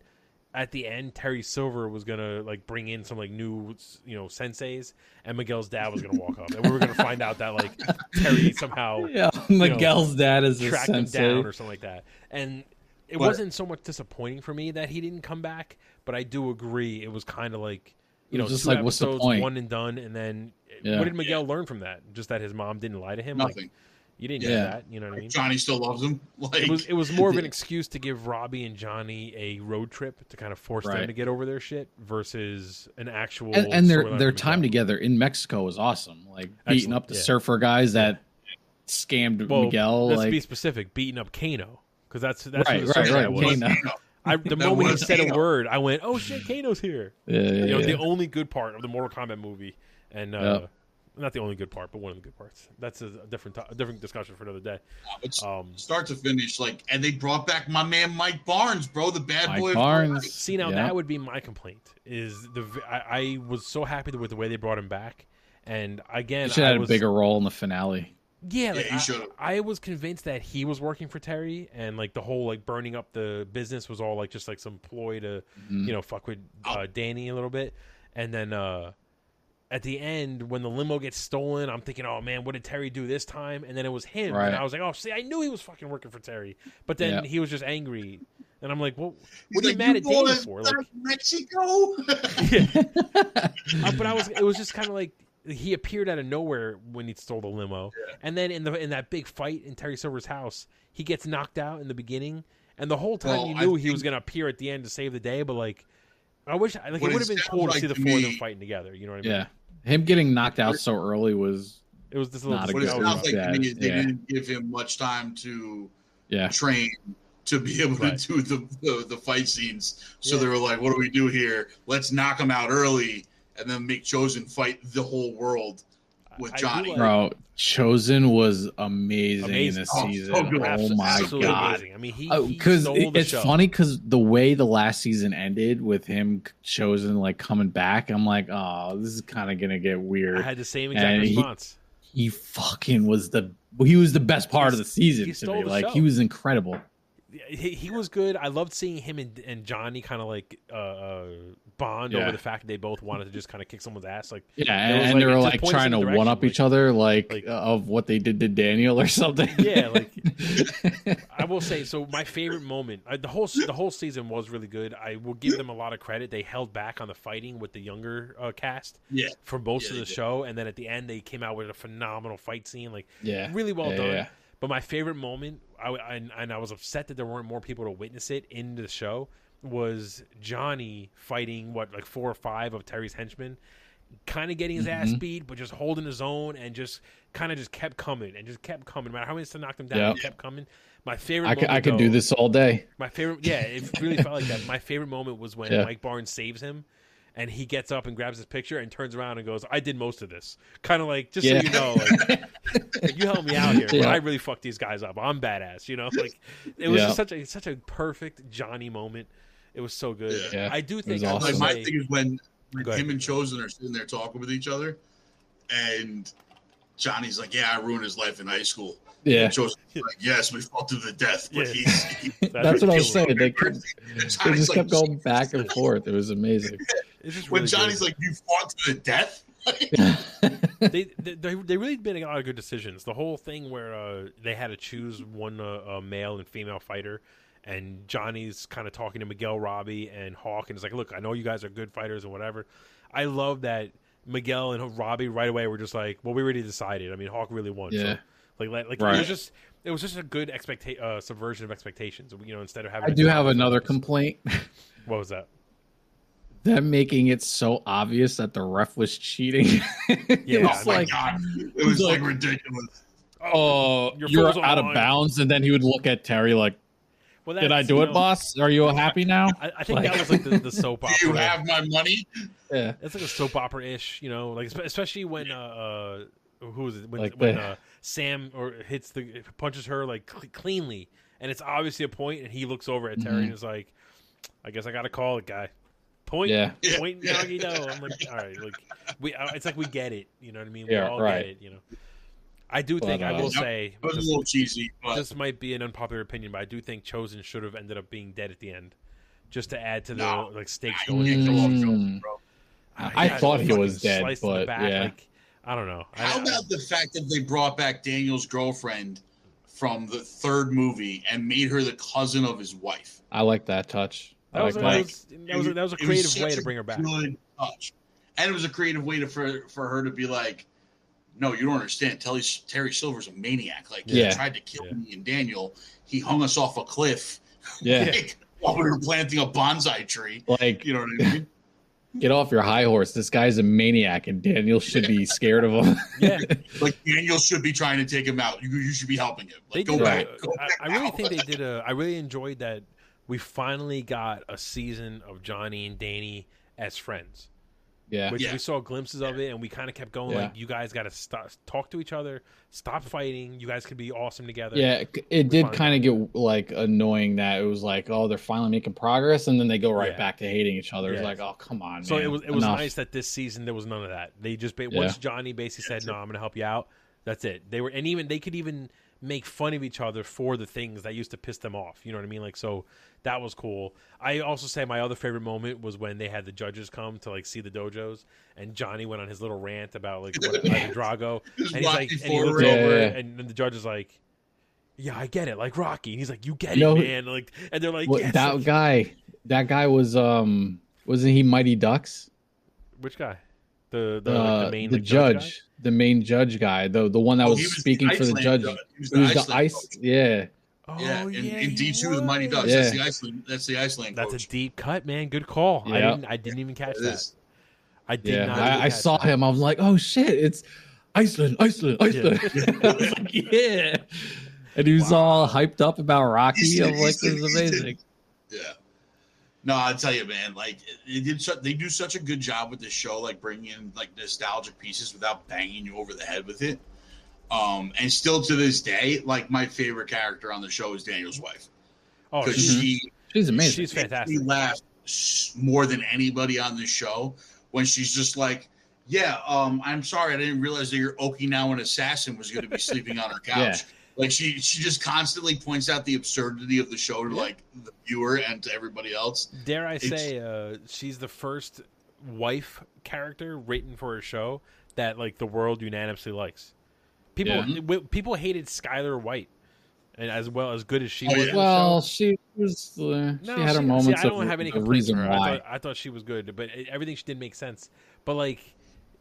A: at the end Terry Silver was gonna like bring in some like new you know senseis, and Miguel's dad was gonna walk up, and we were gonna find out that like Terry somehow
B: Yeah, Miguel's dad is a eh?
A: track him
B: sensei.
A: down or something like that. And it
C: But-
A: wasn't so much disappointing for me that he didn't come back, but I do agree it was kind of like you
B: It
A: know
B: was just
A: two
B: like, what's the
A: episodes,
B: point?
A: one and done, and then
B: Yeah.
A: what did Miguel learn from that? Just that his mom didn't lie to him. Like
C: Nothing.
A: you didn't
B: Yeah.
A: do that. You know what I mean?
C: Johnny still loves him. Like,
A: It was it was more of an excuse to give Robbie and Johnny a road trip to kind of force them
B: Right.
A: to get over their shit versus an actual
B: and, and their
A: storyline
B: their
A: for
B: time
A: Miguel.
B: together in Mexico was awesome. Like beating
A: Excellent,
B: up the
A: yeah.
B: surfer guys that scammed
A: well,
B: Miguel.
A: Let's
B: Like
A: be specific, beating up Kano because that's that's
B: right,
A: who the
B: right,
A: survey
B: right.
A: was.
B: Kano.
A: I, the
C: That
A: moment he
C: was
A: said a
C: Kano.
A: word, I went, "Oh shit, Kano's here!"
B: Yeah, yeah,
A: You know,
B: yeah.
A: the only good part of the Mortal Kombat movie, and uh, Not the only good part, but one of the good parts. That's a different to- a different discussion for another day.
C: It's
A: Um,
C: start to finish, like, and they brought back my man Mike Barnes, bro, the bad
B: Mike
C: boy. of
B: Barnes.
A: See now,
B: Yeah.
A: that would be my complaint. Is the v- I, I was so happy with the way they brought him back, and again,
B: He should
A: I
B: have had
A: was,
B: a bigger role in the finale.
A: Yeah,
C: Yeah,
A: like,
C: he should've.
A: I, I was convinced that he was working for Terry, and like the whole like burning up the business was all like just like some ploy to
B: Mhm.
A: you know fuck with
C: Oh.
A: uh, Danny a little bit, and then uh at the end when the limo gets stolen, I'm thinking, oh man, what did Terry do this time? And then it was him,
B: Right.
A: and I was like, oh, see, I knew he was fucking working for Terry, but then
B: Yeah.
A: he was just angry, and I'm like, well,
C: He's
A: what are you
C: like,
A: mad at
C: brought
A: Danny
C: us
A: for?
C: back
A: Like,
C: Mexico?
B: Mm-hmm.
A: Uh, but I was it was just kind of like he appeared out of nowhere when he stole the limo, and then in the in that big fight in Terry Silver's house, he gets knocked out in the beginning, and the whole time
C: Well,
A: you
C: I
A: knew he was
C: think-
A: going to appear at the end to save the day. But like, I wish like it
C: What it
A: would have been
C: sounds
A: cool to
C: like
A: see the
C: to
A: four of them
C: me-
A: fighting together. You know what I mean?
B: Yeah, him getting knocked out so early was
A: It was this little.
B: Not a
C: But
B: good
C: it
A: discovery.
C: sounds like
B: Yeah,
C: to me, they
B: yeah.
C: didn't give him much time to
B: yeah.
C: train to be able
A: Right.
C: to do the, the the fight scenes. So
A: Yeah.
C: they were like, "What do we do here? Let's knock him out early, and then make Chosen fight the whole world." with
A: I do
C: Johnny.
A: like-
B: Bro, Chosen was amazing,
A: Amazing.
B: this
C: Oh, so
B: season.
C: good.
B: oh
A: Abso-
B: my
A: absolutely
B: god!
A: Amazing. I mean, he he
B: because
A: stole the
B: Oh, it's
A: show.
B: funny because the way the last season ended with him c- chosen like coming back i'm like oh this is kind of gonna get
A: I
B: weird
A: had the same exact
B: And he-
A: response.
B: he fucking was the he was the best part of the season
A: he
B: to
A: stole
B: me
A: the
B: like
A: show.
B: he was incredible
A: he, he was good. I loved seeing him and, and Johnny kind of like uh, uh, bond
B: Yeah.
A: over the fact that they both wanted to just kind of kick someone's ass. Like
B: yeah
A: There
B: and,
A: was,
B: and they
A: like, it
B: were
A: took
B: like
A: points
B: trying
A: in
B: to
A: the
B: one up
A: direction,
B: each other like,
A: like-
B: of what they did to daniel or something
A: Yeah, like- I will say, so my favorite moment, I, the whole the whole season was really good. I will give them a lot of credit. They held back on the fighting with the younger uh, cast
C: Yeah,
A: for most
C: Yeah,
A: of
C: they
A: the
C: did.
A: show, and then at the end they came out with a phenomenal fight scene, like
B: yeah
A: really well
B: Yeah,
A: done.
B: yeah.
A: But my favorite moment, I, I- and I was upset that there weren't more people to witness it in the show, was Johnny fighting what like four or five of Terry's henchmen, kind of getting his ass
B: Mhm.
A: beat, but just holding his own and just kind of just kept coming and just kept coming, no matter how many to knocked him down,
B: Yep.
A: he kept coming. My favorite,
B: i could, I
A: moment,
B: could do
A: though-
B: this all day
A: my favorite, yeah, it really felt like that. My favorite moment was when
B: Yeah.
A: Mike Barnes saves him, and he gets up and grabs his picture and turns around and goes, "I did most of this." Kind of like, just
B: Yeah.
A: so you know, like, like, you helped me out here, but
B: Yeah.
A: I really fucked these guys up. I'm badass, you know. Like, it was
B: Yeah.
A: just such a such a perfect Johnny moment. It was so good.
B: Yeah.
A: I do
B: It
A: think
B: was
A: I will
C: like
B: awesome.
C: my
A: say-
C: thing is when, when
A: Go ahead.
C: him and Chosen are sitting there talking with each other, and Johnny's like, "Yeah, I ruined his life in high school."
B: yeah
C: And Chosen's like, "Yes, we fought to the death, but
A: Yeah.
C: he's." He,
B: that's what i was
A: killer.
B: saying they, kept,
C: and
B: they
C: Johnny's
B: just
C: like,
B: kept going back and forth it was amazing
A: It's just
C: When
A: really
C: Johnny's
A: good.
C: like, "You fought to the death,"
A: they, they they they really made a lot of good decisions. The whole thing where uh, they had to choose one uh, uh, male and female fighter, and Johnny's kind of talking to Miguel Robbie and Hawk, and it's like, look, I know you guys are good fighters and whatever. I love that Miguel and Robbie right away were just like, well, we already decided. I mean, Hawk really won.
B: Yeah.
A: So. Like, like, like it
B: Right.
A: was just it was just a good expecta- uh, subversion of expectations. You know, instead of having
B: i
A: a
B: do have
A: conflict,
B: another
A: just-
B: complaint
A: What was that?
B: them making it so obvious that the ref was cheating.
A: Yeah,
B: it
A: I
B: was
C: oh my
B: like,
C: god, it was
B: like-
C: like ridiculous.
B: oh,
A: Your
B: you're
A: phone's on
B: out of
A: line."
B: bounds, and then he would look at Terry like,
A: Well,
B: "Did I
A: that's,
B: do
A: you
B: it,
A: know,
B: boss? Are you happy now?"
A: I, I think
B: Like-
A: that was like the, the soap opera.
C: Do you have my money?
B: Yeah,
A: It's like a soap opera ish, you know, like espe- especially when uh, uh who is it when,
B: Like
A: when
B: the-
A: uh, Sam or hits the punches her like cl- cleanly, and it's obviously a point, and he looks over at
B: Mm-hmm.
A: Terry and is like, "I guess I got to call it, guy." Point,
B: Yeah.
C: Yeah.
A: point, doggy, no. I'm like, all right, like we, uh, it's like we get it, you know what I mean? we
B: Yeah,
A: all
B: right.
A: get it, you know. I do
B: But,
A: think I
B: uh,
A: will
B: Yep.
A: say
C: It was a
A: this-
C: little cheesy, but
A: this might be an unpopular opinion, but I do think Chosen should have ended up being dead at the end, just to add to the
C: No.
A: like stakes
C: I
A: going.
C: can't
A: in.
C: go off
B: Mm.
C: Jones, bro.
B: I
A: got
B: thought he
A: fucking
B: was dead,
A: sliced in the
B: but, yeah.
A: like, I don't know. I-
C: How
A: I-
C: about the fact that they brought back Daniel's girlfriend from the third movie and made her the cousin of his wife?
B: I like that touch. I
A: that was,
B: like
A: a-
B: that.
A: that, was, that, was, a- that was a
C: It was
A: creative
C: such
A: way
C: a
A: to bring her back.
C: Good touch. And it was a creative way to, for for her to be like, "No, you don't understand. Terry, Terry Silver's a maniac. Like
B: Yeah.
C: he tried to kill
A: Yeah.
C: me and Daniel. He hung us off a cliff
B: yeah.
C: while we were planting a bonsai tree.
B: Like,
C: You know what I mean?
B: get off your high horse. This guy's a maniac, and Daniel should be scared of him.
A: Yeah,
C: like Daniel should be trying to take him out. You, you should be helping him.
A: they
C: Like, go
A: did.
C: back.
A: a-
C: Go
A: I,
C: back
A: I really
C: out.
A: think they did a. I really enjoyed that. We finally got a season of Johnny and Danny as friends.
B: Yeah.
A: which
C: Yeah.
A: we saw glimpses of it, and we kind of kept going.
B: Yeah.
A: Like, you guys got to stop, talk to each other, stop fighting. You guys could be awesome together.
B: Yeah, it- it did
A: Refined.
B: kind of get like annoying that it was like, oh, they're finally making progress, and then they go right
A: Yeah.
B: back to hating each other. It's
A: Yeah.
B: like, oh, come on.
A: So
B: man.
A: it was it was
B: Enough.
A: nice that this season there was none of that. They just ba- once Johnny basically said, "No, I'm going to help you out." That's it. They were and even they could even make fun of each other for the things that used to piss them off. You know what I mean? Like so that was cool. I also say my other favorite moment was when they had the judges come to like see the dojos and Johnny went on his little rant about like what Ivan Drago
C: Just
A: and he's
C: walking
A: like and he looks
C: forward.
B: Yeah,
A: over
B: yeah, yeah.
A: and, and the judge is like yeah, I get it. Like Rocky, and he's like, "You get
B: You know-
A: it, man." Like, and they're like,
B: What-
A: yes,
B: that
A: like-
B: guy. That guy was um wasn't he Mighty Ducks?
A: "Which guy?" The the,
B: The
A: like, the main
B: Uh, the
A: like,
B: judge,
A: guy?
B: the main judge guy, the the one that
C: Oh,
B: was,
C: he was the
B: speaking for the
C: Iceland
B: judge.
C: judge. He was
B: It
C: the
B: was the
C: Iceland
B: ice.
C: coach.
B: Yeah,
A: Oh,
C: yeah, and, and
A: he
C: D two is Mighty
A: was.
C: Ducks.
B: Yeah.
C: That's the Iceland. That's the Iceland.
A: That's
C: coach.
A: a deep cut, man. Good call. I
B: Yeah.
A: didn't. I didn't even catch
C: It
A: that.
C: is.
A: I did
B: yeah.
A: not. even
B: I, I
A: catch
B: saw
A: that.
B: him. I'm like, oh shit, it's Iceland, Iceland, Iceland. I was like, yeah. And he was
A: Wow.
B: all hyped up about Rocky.
C: Iceland,
B: I'm like, this
C: Iceland,
B: is
C: Iceland.
B: amazing.
C: Yeah. No, I'll tell you, man. Like they did, su- they do such a good job with this show, like bringing in like nostalgic pieces without banging you over the head with it. Um, and still to this day, like my favorite character on the show is Daniel's wife
A: Oh,
C: because
A: she's,
C: she
B: She's amazing.
A: she's
C: she
A: fantastic.
C: laughed s- more than anybody on the show when she's just like, "Yeah, um, I'm sorry, I didn't realize that your Okinawan assassin was going to be sleeping on her couch."
B: Yeah.
C: Like she she just constantly points out the absurdity of the show to like the viewer and to everybody else.
A: Dare I
C: it's-
A: say, uh, she's the first wife character written for a show that like the world unanimously likes. People
B: Yeah.
A: w- people hated Skylar White, and as well as good as she
C: Oh,
A: was.
C: yeah.
A: on the
B: Well,
A: show-
B: she was. Uh, she
A: No,
B: had her
A: see,
B: moments
A: I don't
B: of
A: have any
B: of
A: complaints
B: reason
A: with her.
B: why.
A: I thought, I thought she was good, but it, everything she did make sense. But like,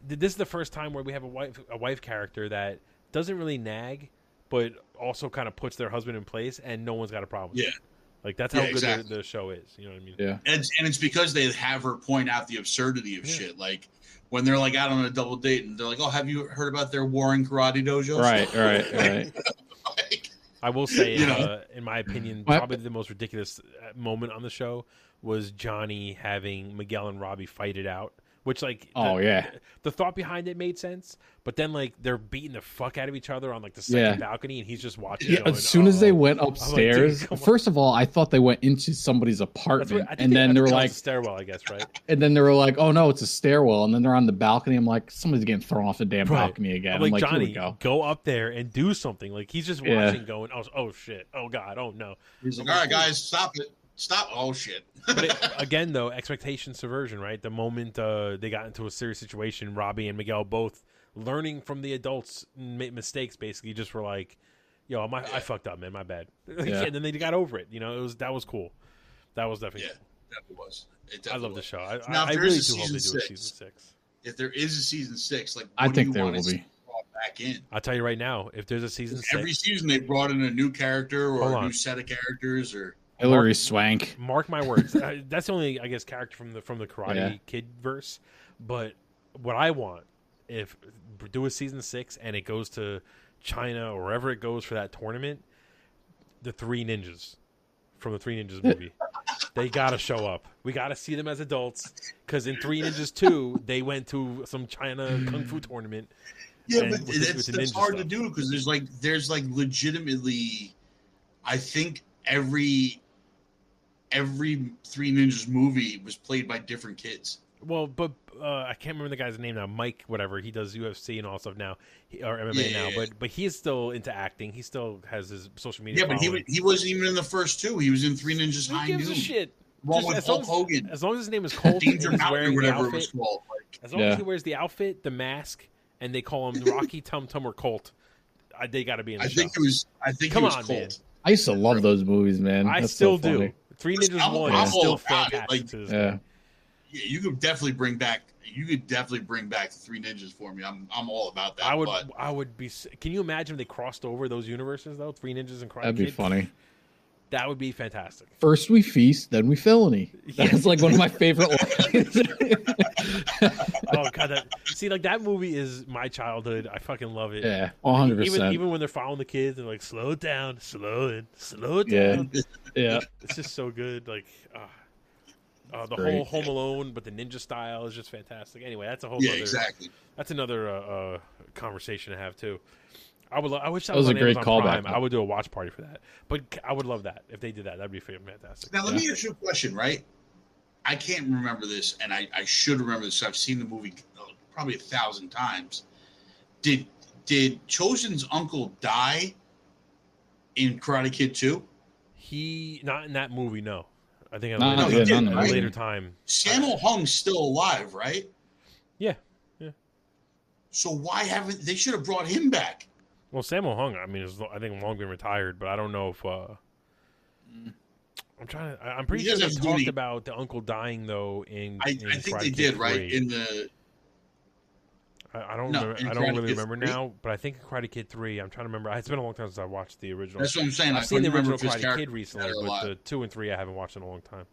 A: th- this is the first time where we have a wife, a wife character that doesn't really nag, but also kind of puts their husband in place, and no one's got a problem. with
C: Yeah.
A: it. like that's how
C: Yeah,
A: good the,
C: exactly.
A: the show is. You know what I mean?
B: Yeah.
C: And it's, and it's because they have her point out the absurdity of
A: Yeah.
C: shit. Like when they're like out on a double date and they're like, "Oh, have you heard about their war in karate dojos?"
B: Right, right, right.
C: Like,
A: I will say,
C: You know?
A: uh, in my opinion,
B: What?
A: probably the most ridiculous uh, moment on the show was Johnny having Miguel and Robbie fight it out. Which like
B: Oh
A: the,
B: yeah,
A: the thought behind it made sense, but then like they're beating the fuck out of each other on like the second
B: Yeah.
A: balcony, and he's just watching.
B: yeah.
A: going,
B: As soon as they
A: "Oh."
B: went
A: dude,
B: upstairs,
A: come on.
B: first of all, I thought they went into somebody's
A: That's what-
B: apartment,
A: I think
B: and then
A: I
B: they
A: think that
B: were
A: was
B: like,
A: the stairwell, I guess, right?
B: and then they were like, oh no, it's a stairwell, and then they're on the balcony. I'm like, somebody's getting thrown off the damn
A: Right.
B: balcony again.
A: I'm
B: I'm
A: like,
B: like,
A: Johnny,
B: here we go.
A: go. up there and do something. Like he's just
B: Yeah.
A: watching, going, oh, oh shit, oh god, oh no.
C: he's like, "All right, guys, stop it, stop!" Oh shit.
A: But it, again, though, expectation subversion, right? The moment uh, they got into a serious situation, Robbie and Miguel both learning from the adults' mi- mistakes, basically, just were like, yo, my, I fucked up, man, my bad.
B: Yeah.
A: and then they got over it. You know, it was that was cool. That was definitely.
C: Yeah, definitely was. It
A: cool. I
C: definitely
A: love the
C: was.
A: show. I,
C: Now,
A: I, I
C: if there
A: really
C: is a
A: do hope they do
C: season
A: a
C: six-
A: season six.
C: If there is a season six, like
B: I
C: what do
B: think
C: you
B: there
C: want
B: will
C: to
B: be.
C: Brought back in
A: I'll tell you right now, if there's a season six,
C: every season, they brought in a new character or
A: Hold
C: a
A: on.
C: new set of characters or
B: Hillary Swank.
A: mark my words Uh, that's the only i guess character from the from the karate
B: Yeah.
A: kid verse but what i want if do a season six and it goes to china or wherever it goes for that tournament the three ninjas from the three ninjas movie they gotta show up we gotta see them as adults because in three ninjas 2 they went to some china kung fu tournament
C: Yeah,
A: and
C: but
A: with the- with
C: that's,
A: the
C: that's
A: ninja
C: hard to
A: stuff.
C: do because there's like there's like legitimately, I think every every Three Ninjas movie was played by different kids.
A: well but uh, i can't remember the guy's name now mike whatever he does ufc and all stuff now he- or mma now
C: Yeah, yeah, yeah.
A: but but he is still into acting he still has his social media
C: Yeah, but he
A: following.
C: wa- he wasn't even in the first two. He was in Three Ninjas
A: Who
C: High
A: gives
C: Noon.
A: a shit?
C: One
A: Just
C: with
A: as long
C: Hulk
A: as-
C: Hogan,
A: As long as his name is Colt and
C: Danger
A: he's
C: Mountain,
A: wearing the
C: whatever it was
A: outfit,
C: called. Like,
A: as long
B: Yeah.
A: as he wears the outfit, the mask, and they call him Rocky Tum Tum or Colt, I, they got to be in the
C: I
A: show.
C: think it was. I think
A: Come
C: it was
A: on, man.
C: Colt.
B: I used to love those movies, man.
A: I
B: That's
A: still
B: so
A: do.
B: funny.
A: Three Ninjas
C: I'm-
A: One
C: I'm
A: is
C: all
A: still
C: about it,
A: fantastic
C: like-
A: to this day.
B: Yeah,
C: Yeah, you could definitely bring back. You could definitely bring back the Three Ninjas for me. I'm I'm all about that.
A: I would,
C: But
A: I would be. s- Can you imagine if they crossed over those universes though? Three Ninjas and Karate
B: that'd be
A: Kid?
B: funny.
A: That would be fantastic.
B: First we feast, then we felony.
A: Yeah.
B: That's like one of my favorite lines.
A: Oh god, that, see, like that movie is my childhood. I fucking love it.
B: yeah, one hundred
A: Even
B: percent.
A: even when they're following the kids and like slow it down, slow it, slow it
B: Yeah.
A: down.
B: Yeah,
A: It's just so good. Like, ah. Uh, the
B: Great.
A: whole Home Alone, but the ninja style is just fantastic. Anyway, that's a whole
C: Yeah,
A: other,
C: exactly.
A: that's another uh, uh, conversation to have too. I would. Lo- I wish that,
B: That was
A: was
B: a
A: on
B: great
A: Amazon
B: callback.
A: Prime. I would do a watch party for that. But c- I would love that if they did that. That'd be fantastic.
C: Now let
B: Yeah.
C: me ask you a question, right? I can't remember this, and I, I should remember this. I've seen the movie uh, probably a thousand times. Did did Chosen's uncle die in Karate Kid Two?
A: He not in that movie. No, I think at
B: Not-
A: a
C: yeah,
A: later,
C: not in
A: at a
C: that movie.
A: later time.
C: Sammo Hung's still alive, right?
A: Yeah.
C: So why haven't they should have brought him back?
A: Well, Sammo Hung. I mean, is, lo- I think long been retired, but I don't know if. Uh, I'm trying to. I- I'm pretty
C: He
A: sure they
C: doesn't do
A: talked
C: any-
A: about the uncle dying though. In
C: I,
A: in
C: I think
A: Karate
C: they
A: Kid
C: did, right?
A: 3.
C: In the
A: I, I don't
C: No,
A: remember,
C: in
A: I don't
C: Karate
A: really
C: Kid
A: remember
C: 3.
A: now, but I think in Karate Kid three. I'm trying to remember. It's been a long time since I watched the original.
C: that's what I'm saying. I
A: I've seen the
C: couldn't remember
A: original
C: if his
A: Karate
C: character
A: Kid recently,
C: died or
A: but
C: alive.
A: the two and three I haven't watched in a long time.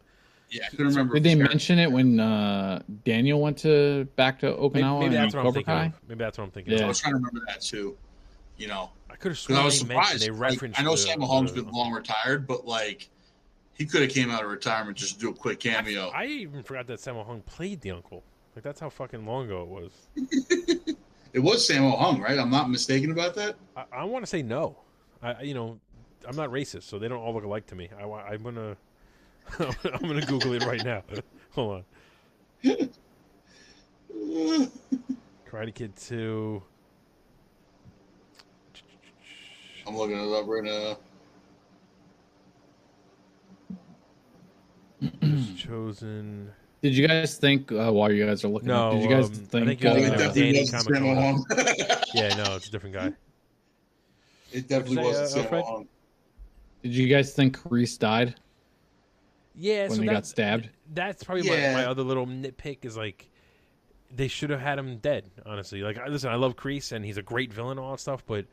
C: yeah, I couldn't remember.
B: Did
C: if
B: they
C: his character-
B: mention it when uh, Daniel went to back to
A: Maybe,
B: Okinawa
A: maybe
B: and
A: that's what I'm
B: Cobra
A: thinking.
B: Kai?
A: Of. Maybe that's what I'm thinking.
B: Yeah.
C: I
A: Of.
C: was trying to remember that too. You know,
A: I could have
C: because
A: sworn
C: I was
A: they mentioned
C: surprised.
A: they
C: Like,
A: referenced.
C: I know
A: the,
C: Sam Mahomes
A: the-
C: been long retired, but like he could have came out of retirement just to do a quick cameo.
A: I even forgot that Sammo Hung played the uncle. Like that's how fucking long ago it was.
C: it was Sammo Hung, right? I'm not mistaken about that.
A: I, I want to say no. I I- you know I'm not racist, so they don't all look alike to me. I wa- I'm gonna I'm gonna Google it right now. Hold on. Karate Kid two.
C: I'm looking it up right now.
A: was chosen.
B: Did you guys think uh, while you guys are looking?
A: No,
B: up, did you guys
A: um, I
B: think?
A: think it
C: Oh,
A: was
C: it
A: Yeah,
B: uh,
A: Danny
C: definitely wasn't
A: Kamikawa.
C: Sammo Hung.
A: Yeah, no, it's a different guy.
C: it definitely
A: What'd you say,
C: wasn't
A: uh, Fred?
C: Sammo Hung.
B: did you guys think Reese died
A: Yeah,
B: when
A: so
B: they got
A: that's,
B: stabbed?
A: that's probably
C: Yeah.
A: my, my other little nitpick is like they should have had him dead. Honestly, like I, listen, I love Crease and he's a great villain and all that stuff, but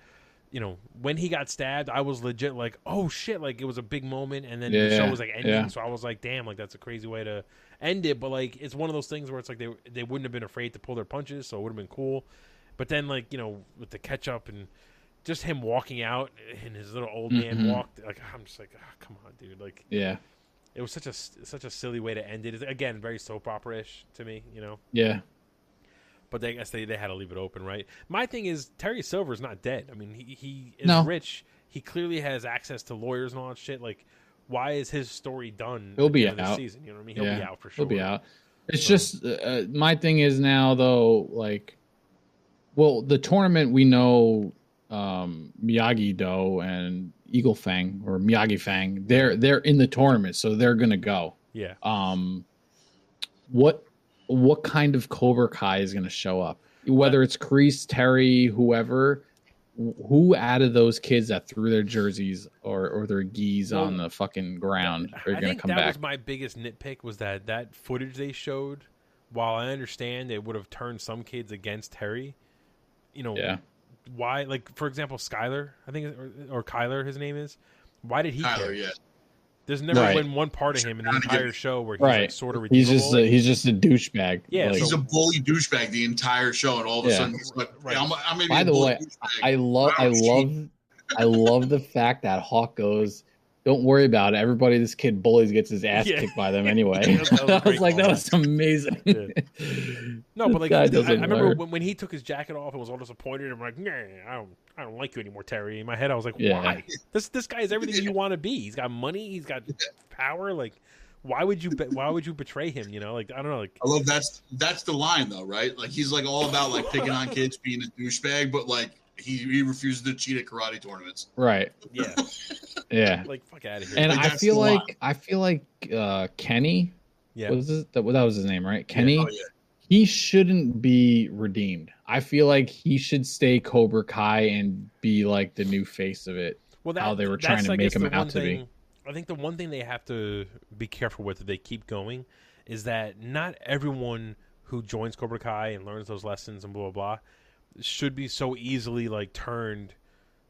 A: you know when he got stabbed, I was legit like, oh shit, like it was a big moment, and then the
B: Yeah,
A: show was like ending,
B: yeah.
A: so I was like, damn, like that's a crazy way to end it. But like it's one of those things where it's like they they wouldn't have been afraid to pull their punches, so it would have been cool. But then like you know with the catch up and just him walking out and his little old man
B: Mhm.
A: walked like I'm just like ah, come on dude like
B: Yeah,
A: it was such a s- such a silly way to end it. It's, again, very soap opera ish to me, you know.
B: yeah,
A: But they, I guess they, they had to leave it open, right? My thing is Terry Silver's not dead. I mean, he he is
B: No.
A: rich. He clearly has access to lawyers and all that shit. Like, why is his story done?
B: He'll
A: at the
B: be
A: end of the
B: out.
A: season. You know what I mean? He'll be
B: Yeah,
A: out for sure.
B: he'll be out. It's
A: So-
B: just uh, my thing is now though, like, well, the tournament we know um, Miyagi Do and Eagle Fang or Miyagi Fang, they're they're in the tournament, so they're gonna go.
A: Yeah,
B: um what what kind of cobra kai is going to show up whether it's Kreese, terry whoever wh- who out of those kids that threw their jerseys or or their geese
A: Well,
B: on the fucking ground are
A: I
B: going to
A: think
B: come
A: that
B: back
A: was my biggest nitpick was that that footage they showed. While I understand it would have turned some kids against Terry, you know,
B: yeah
A: why? Like for example, Skyler, I think, or, or Kyler, his name is. Why did he care?
C: Tyler, yeah.
A: There's never
B: Right.
A: been one part of him in the
C: Trying to get-
A: entire show where he's like
B: Right.
A: sort of
B: he's
A: redeemable.
B: just a, he's just a douchebag
A: Yeah,
B: Like,
C: He's
A: so-
C: a bully douchebag the entire show, and all of a
B: Yeah.
C: sudden he's like,
A: Right.
C: I'm, I'm gonna be
B: By
C: a
B: the
C: bully
B: way,
C: douchebag.
B: i love i
C: Wow, she-
B: love i love the fact that hawk goes don't worry about it. Everybody this kid bullies gets his ass
A: Yeah.
B: kicked by them anyway.
A: That was a
B: I was
A: great
B: like, that
A: call.
B: was amazing.
A: Yeah. no, but
B: This
A: like
B: guy
A: I, I
B: doesn't
A: remember
B: learn.
A: when, when he took his jacket off and was all disappointed. I'm like, nah, I don't, I don't like you anymore, Terry. In my head, I was like,
B: Yeah.
A: why? This this guy is everything you want to be. He's got money. He's got power. Like, why would you? Be- why would you betray him? You know, like I don't know. Like,
C: I love that's that's the line though, right? Like he's like all about like picking on kids, being a douchebag, but like he, he refuses to cheat at karate tournaments.
B: Right.
A: yeah,
B: Yeah.
A: like fuck out of here.
B: And
C: Like,
B: I
C: that's
B: feel
C: the line.
B: like I feel like uh Kenny
A: yeah,
B: was his, that, that was his name, right? Kenny.
C: Oh yeah,
B: He shouldn't be redeemed. I feel like he should stay Cobra Kai and be like the new face of it.
A: well,
B: how they were
A: that's,
B: trying to
A: I
B: make
A: guess,
B: him
A: the
B: out
A: one
B: to be.
A: thing- I think the one thing they have to be careful with if they keep going is that not everyone who joins Cobra Kai and learns those lessons and blah blah blah should be so easily like turned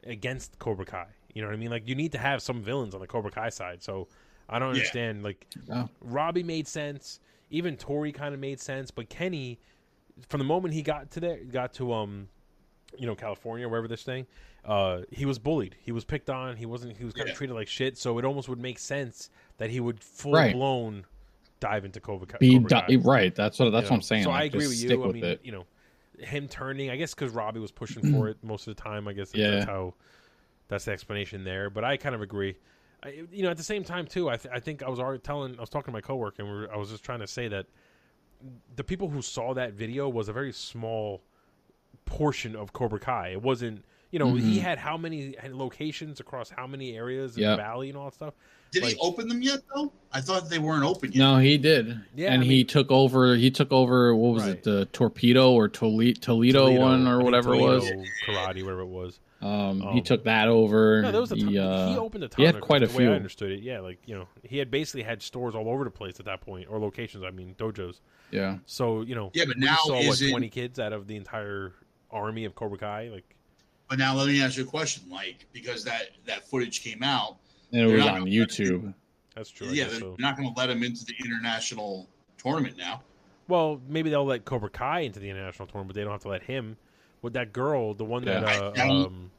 A: against Cobra Kai. You know what I mean? Like you need to have some villains on the Cobra Kai side. So I don't
C: Yeah.
A: understand. Like
B: Oh.
A: Robbie made sense, even Tori kind of made sense, but Kenny, from the moment he got to there, got to um, you know California, wherever this thing, uh, he was bullied. He was picked on. He wasn't. He was kind
C: Yeah.
A: of treated like shit. So it almost would make sense that he would full
B: Right.
A: blown dive into Cobra, Kai-
B: Be
A: Cobra Kai.
B: di- right. That's what that's
A: you
B: what
A: know?
B: I'm saying.
A: So
B: like,
A: I agree
B: just
A: with you.
B: Stick
A: I
B: with
A: mean,
B: it. Mm-hmm.
A: you know, him turning. I guess because Robbie was pushing for it most of the time. I guess
B: Yeah.
A: that's how. That's the explanation there. But I kind of agree. I, you know, at the same time too, I, th- I think I was already telling. I was talking to my coworker, and we were, I was just trying to say that the people who saw that video was a very small portion of Cobra Kai. It wasn't. You know, he had how many had locations across how many areas in
B: Mm-hmm. Yep.
A: the valley and all that stuff.
C: Did
A: Like-
C: he open them yet though? I thought they weren't open yet.
B: No, he did.
A: Yeah,
B: and
A: I
B: he
A: mean-
B: took over. He took over. What was
A: Right.
B: it? The torpedo or Tole- Toledo, one
A: I
B: or
A: think
B: whatever it was.
A: Toledo karate, whatever it was.
B: Um,
A: Um,
B: he took that over.
A: No, there was a
B: He,
A: ton. He,
B: uh,
A: opened a ton.
B: he had
A: of-
B: quite a
A: the way I
B: few.
A: understood it. Yeah, like you know, he had basically had stores all over the place at that point, or locations. I mean, dojos.
B: yeah.
A: So you know,
C: Yeah, but
A: we
C: now
A: saw
C: is
A: what
C: it-
A: twenty kids out of the entire army of Cobra Kai. Like,
C: But now let me ask you a question, like because that that footage came out.
B: And it
C: They're
B: was
C: not
B: on YouTube.
A: that's true. I
C: yeah,
A: guess
C: they're
A: so.
C: not going to let him into the international tournament now.
A: Well, maybe they'll let Cobra Kai into the international tournament, but they don't have to let him. With that girl, the one that
B: Yeah.
A: uh,
C: I don't-
A: um,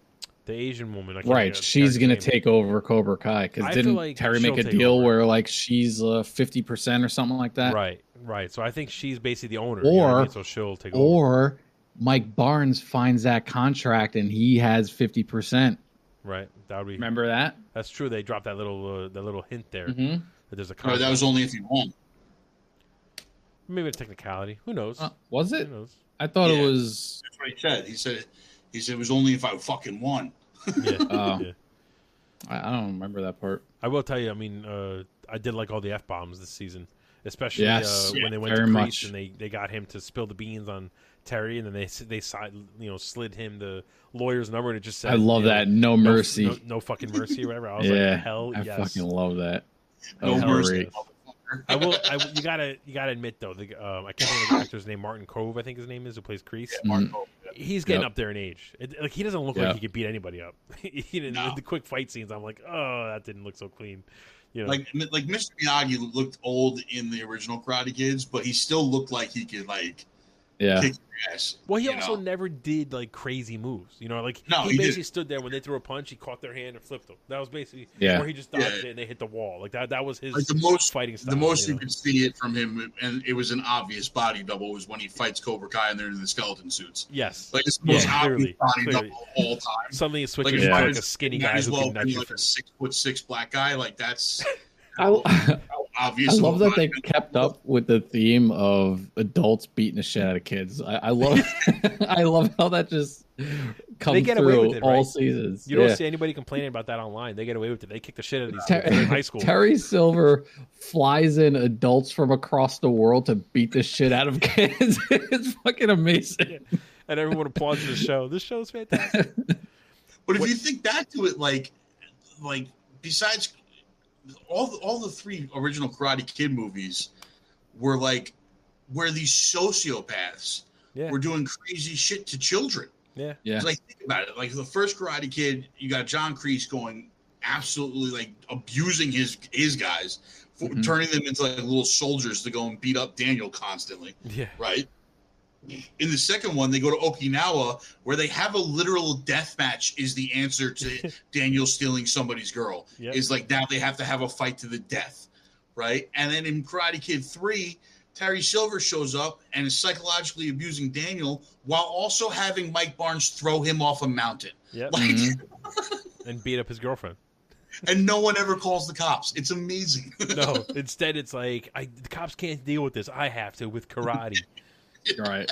A: the Asian woman, I can't
B: Right.
A: remember the
B: She's
A: character's
B: going to
A: name.
B: take over Cobra Kai
A: I
B: because
A: feel
B: didn't
A: like
B: Terry make
A: she'll
B: a
A: take
B: deal
A: over.
B: where like she's uh, 50% or something like that?
A: Right, right. So I think she's basically the owner. you know what I
B: Or-
A: mean? so she'll take over.
B: Or Mike Barnes finds that contract and he has 50%.
A: Right, that would be.
B: Remember that?
A: That's true. They dropped that little uh, that little hint there
B: Mm-hmm.
A: that there's a
C: Or that
A: contract.
C: was only if he won.
A: Maybe a technicality. Who knows?
B: Uh, was
A: Who
B: it?
A: knows?
B: I thought
C: Yeah.
B: it was.
C: That's what he said. He said he said it was only if I fucking won.
A: Yeah.
B: Oh.
A: yeah.
B: I, I don't remember that part.
A: I will tell you. I mean, uh, I did like all the f bombs this season, especially
B: Yes.
A: uh, when they went
B: Very
A: to Crease
B: much.
A: and they, they got him to spill the beans on Terry, and then they s- they side you know slid him the lawyer's number, and it just said,
B: I love
A: you know,
B: that. No
A: no-
B: mercy.
A: no, no fucking mercy, or whatever. I was
B: yeah.
A: like, hell
B: I
A: yes.
B: fucking love that.
A: Oh,
B: That
C: No
B: was
C: mercy.
B: great.
C: motherfucker.
A: I will. I, will- you gotta. You gotta admit though. The, um, I can't remember the actor's name. Martin Cove, I think his name is, who plays Crease.
C: Marco.
A: He's getting
B: Yep.
A: up there in age. It, like he doesn't look
B: Yeah.
A: like he could beat anybody up. He didn't-
C: No.
A: The quick fight scenes, I'm like, oh, that didn't look so clean. You know,
C: Like like Mr. Miyagi looked old in the original Karate Kids, but he still looked like he could like
B: Yeah.
C: kick your ass.
A: well, he
C: you
A: also
C: know?
A: never did like crazy moves. You know, like
C: No,
A: he,
C: he
A: basically
C: didn't.
A: stood there when they threw a punch, he caught their hand and flipped them. That was basically
B: Yeah.
A: where he just dodged
C: Yeah.
A: it and they hit the wall. Like that. That was his
C: Like, the most-
A: fighting style.
C: the most
A: you
C: you
A: know?
C: could see it from him, and it was an obvious body double, was when he fights Cobra Kai and they're in the skeleton suits.
A: yes,
C: Like it's the
A: Yeah,
C: most
A: clearly,
C: obvious body
A: clearly.
C: double of all time.
A: suddenly it
C: Like,
A: switches
C: it
A: to
C: might
A: like
C: as-
A: a skinny
C: might
A: guy
C: as
A: who
C: well
A: can nut
C: be
A: you
C: like
A: for-
C: a six foot six black guy. Like that's
B: I,
C: how
B: I
C: obvious.
B: love
C: the
B: that they kept up with the theme of adults beating the shit out of kids. I, I love, I love how that just comes
A: get away
B: through
A: with it,
B: all
A: right?
B: seasons.
A: You don't
B: Yeah.
A: see anybody complaining about that online. They get away with it. They kick the shit out of these
B: Ter-
A: kids in high school.
B: Terry Silver flies in adults from across the world to beat the shit out of kids. it's fucking amazing.
A: and everyone applauds the show. This show's fantastic.
C: But if
A: What-
C: you think back to it, like, like besides all the, all the three original Karate Kid movies were like where these sociopaths
A: Yeah.
C: were doing crazy shit to children.
A: Yeah.
B: Yeah.
C: 'Cause, Like think about it. Like the first Karate Kid, you got John Kreese going absolutely like abusing his his guys, for,
A: Mm-hmm.
B: Mhm.
C: turning them into like little soldiers to go and beat up Daniel constantly
A: Yeah.
C: right? In the second one, they go to Okinawa, where they have a literal death match. Is the answer to Daniel stealing somebody's girl?
A: Yep.
C: Is like now they have to have a fight to the death, right? And then in Karate Kid Three, Terry Silver shows up and is psychologically abusing Daniel while also having Mike Barnes throw him off a mountain,
A: Yep.
C: like,
B: Mhm.
A: and beat up his girlfriend.
C: and no one ever calls the cops. It's amazing.
A: No, instead it's like I, the cops can't deal with this. I have to with karate.
B: You're right.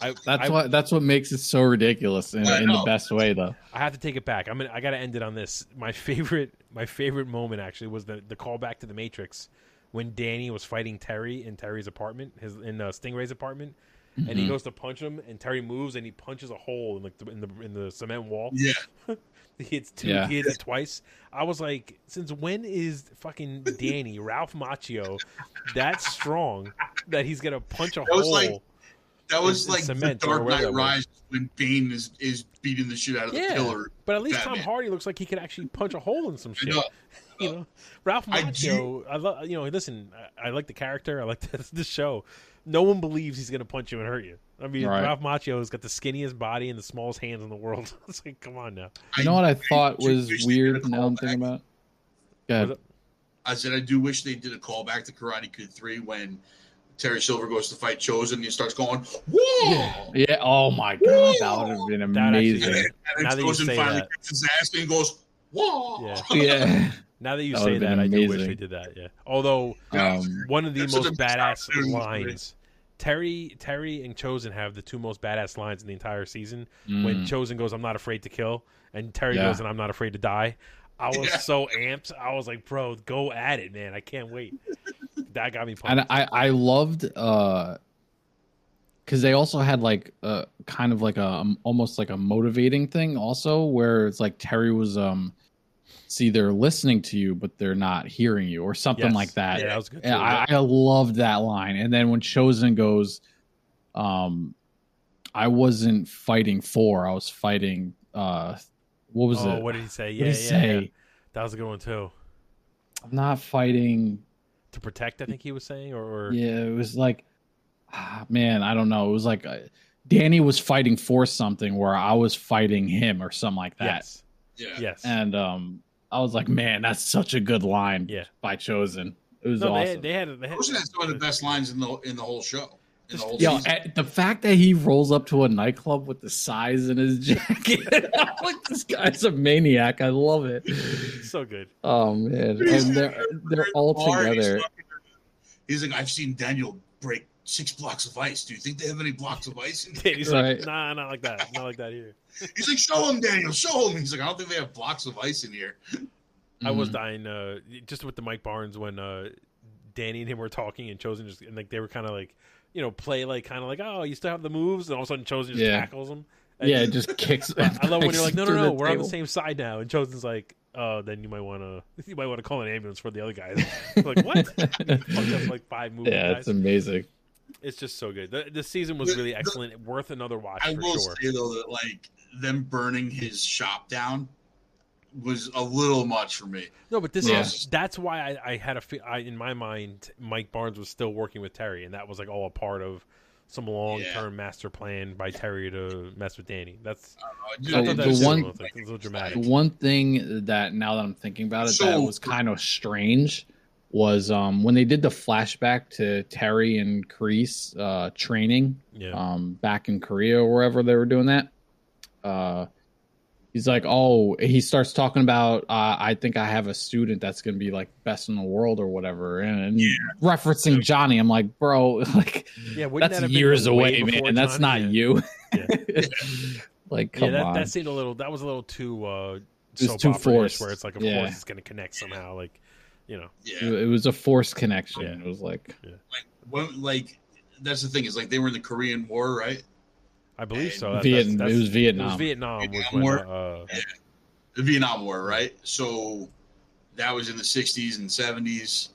A: I, I,
B: That's what that's what makes it so ridiculous in,
C: I
B: in the
C: know.
B: best way, though.
A: I have to take it back. I'm gonna, I got to end it on this. My favorite my favorite moment actually was the the callback to the Matrix when Danny was fighting Terry in Terry's apartment, his in uh, Stingray's apartment. And he
C: Mm-hmm.
B: Mhm.
A: goes to punch him, and Terry moves, and he punches a hole in like the, in the in the cement wall.
C: yeah,
A: He hits two.
B: Yeah.
A: He hits it twice. I was like, since when is fucking Danny Ralph Macchio that strong that he's gonna punch a
C: That was
A: hole?
C: like- that was
A: In- in
C: like the
A: cement or
C: Dark
A: wherever that
C: Knight
A: was.
C: Rises when Bane is is beating the shit out of
A: Yeah.
C: the pillar.
A: but at least Tom
C: Batman.
A: Hardy looks like he could actually punch a hole in some
C: I
A: shit.
C: know.
A: you know, Ralph
C: I
A: Macchio. I, love. You know, listen. I, I like the character. I like the, the show. No one believes he's gonna punch you and hurt you. I mean,
B: Right.
A: Ralph Macchio has got the skinniest body and the smallest hands in the world. it's like, come on now.
B: You know what I thought
C: I-
B: was
C: you should get
B: weird
C: a
B: now I'm
C: callback.
B: thinking about? Yeah.
A: Was
C: I said I do wish they did a callback to Karate Kid Three when Terry Silver goes to fight Chosen and he starts going, "Whoa!"
B: Yeah. Oh my god, that would have been
A: That actually-
B: amazing.
C: And
A: Now
C: then
A: that you
C: Chosen
A: say
C: finally
A: that.
C: gets his ass and he goes, "Whoa!"
A: Yeah.
B: yeah.
A: Now that you
B: That
A: say
B: would've been
A: that, I do wish
B: amazing.
A: they did that. Yeah. Although
B: Um,
A: one of the
C: That's such
A: most
C: a
A: badass
C: bizarre movie.
A: lines. Terry, Terry, and Chosen have the two most badass lines in the entire season. When
B: mm.
A: Chosen goes, "I'm not afraid to kill," and Terry
B: Yeah.
A: goes, "And I'm not afraid to die." I was
C: Yeah.
A: so amped. I was like, "Bro, go at it, man! I can't wait." that got me pumped.
B: and I I loved uh because they also had like a kind of like a um, almost like a motivating thing also where it's like Terry was um see they're listening to you but they're not hearing you or something
A: Yes.
B: like that.
A: Yeah, that was good. Too.
B: Yeah, I, I loved that line. And then when Chosen goes, um, I wasn't fighting for, I was fighting. Uh, what was
A: oh,
B: it?
A: what did he say?
B: What
A: Yeah,
B: did
A: yeah,
B: he say?
A: yeah. That was a good one too.
B: I'm not fighting.
A: To protect, I think he was saying, or, or
B: Yeah, it was like, ah, man, I don't know. It was like uh, Danny was fighting for something where I was fighting him or something like that.
A: yes,
C: Yeah.
A: yes.
B: And um, I was like, man, that's such a good line
A: Yeah.
B: by Chosen. It was
A: no, they,
B: awesome.
A: had, they had. They had
C: Chosen has one of the best lines in the in the whole show. In the whole
B: Yo,
C: season.
B: at- the fact that he rolls up to a nightclub with the size in his jacket, I'm like this guy's a maniac. I love it.
A: So good.
B: Oh man, and they're they're all
C: Bar, he's
B: together.
C: fucking- He's like, I've seen Daniel break six blocks of ice. Do you think they have any blocks of ice? In
A: Yeah,
C: here?
A: he's
B: Right.
A: like, nah, not like that. Not like that here.
C: He's like, show him, Daniel, show him. He's like, I don't think they have blocks of ice in here.
A: I was
B: Mm-hmm.
A: dying. Uh, just with the Mike Barnes when uh, Danny and him were talking and Chosen just and like they were kind of like, you know, play like kind of like, oh, you still have the moves, and all of a sudden Chosen just
B: Yeah.
A: tackles him. And
B: Mm-hmm. yeah, it just kicks.
A: I love when you're like, no, no,
B: through
A: no, we're on the
B: table.
A: same side now, and Chosen's like, oh, then you might want to, you might want to call an ambulance for the other guys. like what? You fucked up like five moves.
B: Yeah,
A: guys.
B: it's amazing.
A: It's just so good. The, the season was
C: The-
A: really
C: the-
A: excellent. Worth another watch
C: I
A: for
C: will
A: sure.
C: say though that like them burning his shop down was a little much for me.
A: No, but this
B: Yeah.
A: is that's why I, I had a fe- I, in my mind Mike Barnes was still working with Terry, and that was like all a part of some long term master plan by Terry to mess with Danny. That's
C: Uh,
A: I
B: The-
A: thought that
B: the
A: was
B: one-
A: a little, like, a little
B: The
A: dramatic.
B: one thing that now that I'm thinking about it, that
C: So-
B: was kind of strange was um when they did the flashback to Terry and Kreese uh training
A: Yeah,
B: um, back in Korea or wherever they were doing that. Uh, he's like, oh, he starts talking about, uh, I think I have a student that's going to be like best in the world or whatever, and, and
C: Yeah.
B: referencing Johnny. I'm like, bro, like
A: yeah. Wouldn't
B: that's
A: that have been
B: years
A: way
B: away,
A: before
B: man. That's
A: Johnny?
B: not
A: Yeah.
B: you.
A: Yeah.
B: like,
A: Yeah,
B: come
A: that,
B: on.
A: that seemed a little. That was a little too. uh
B: was
A: soap
B: too
A: opera-ish,
B: forced.
A: Where it's like, of
B: Yeah.
A: course, it's going to connect somehow. Like, you know,
C: yeah,
B: It was a forced connection.
A: Yeah.
B: It was like,
C: When- like that's the thing is like they were in the Korean War, right?
A: I believe so. That- that's-
B: Vietnam.
A: that's-
B: it was
A: It was
B: Vietnam.
A: Vietnam. Was
C: Vietnam
A: when,
C: War.
A: uh,
C: The Vietnam War, right? So that was in the '60s and '70s.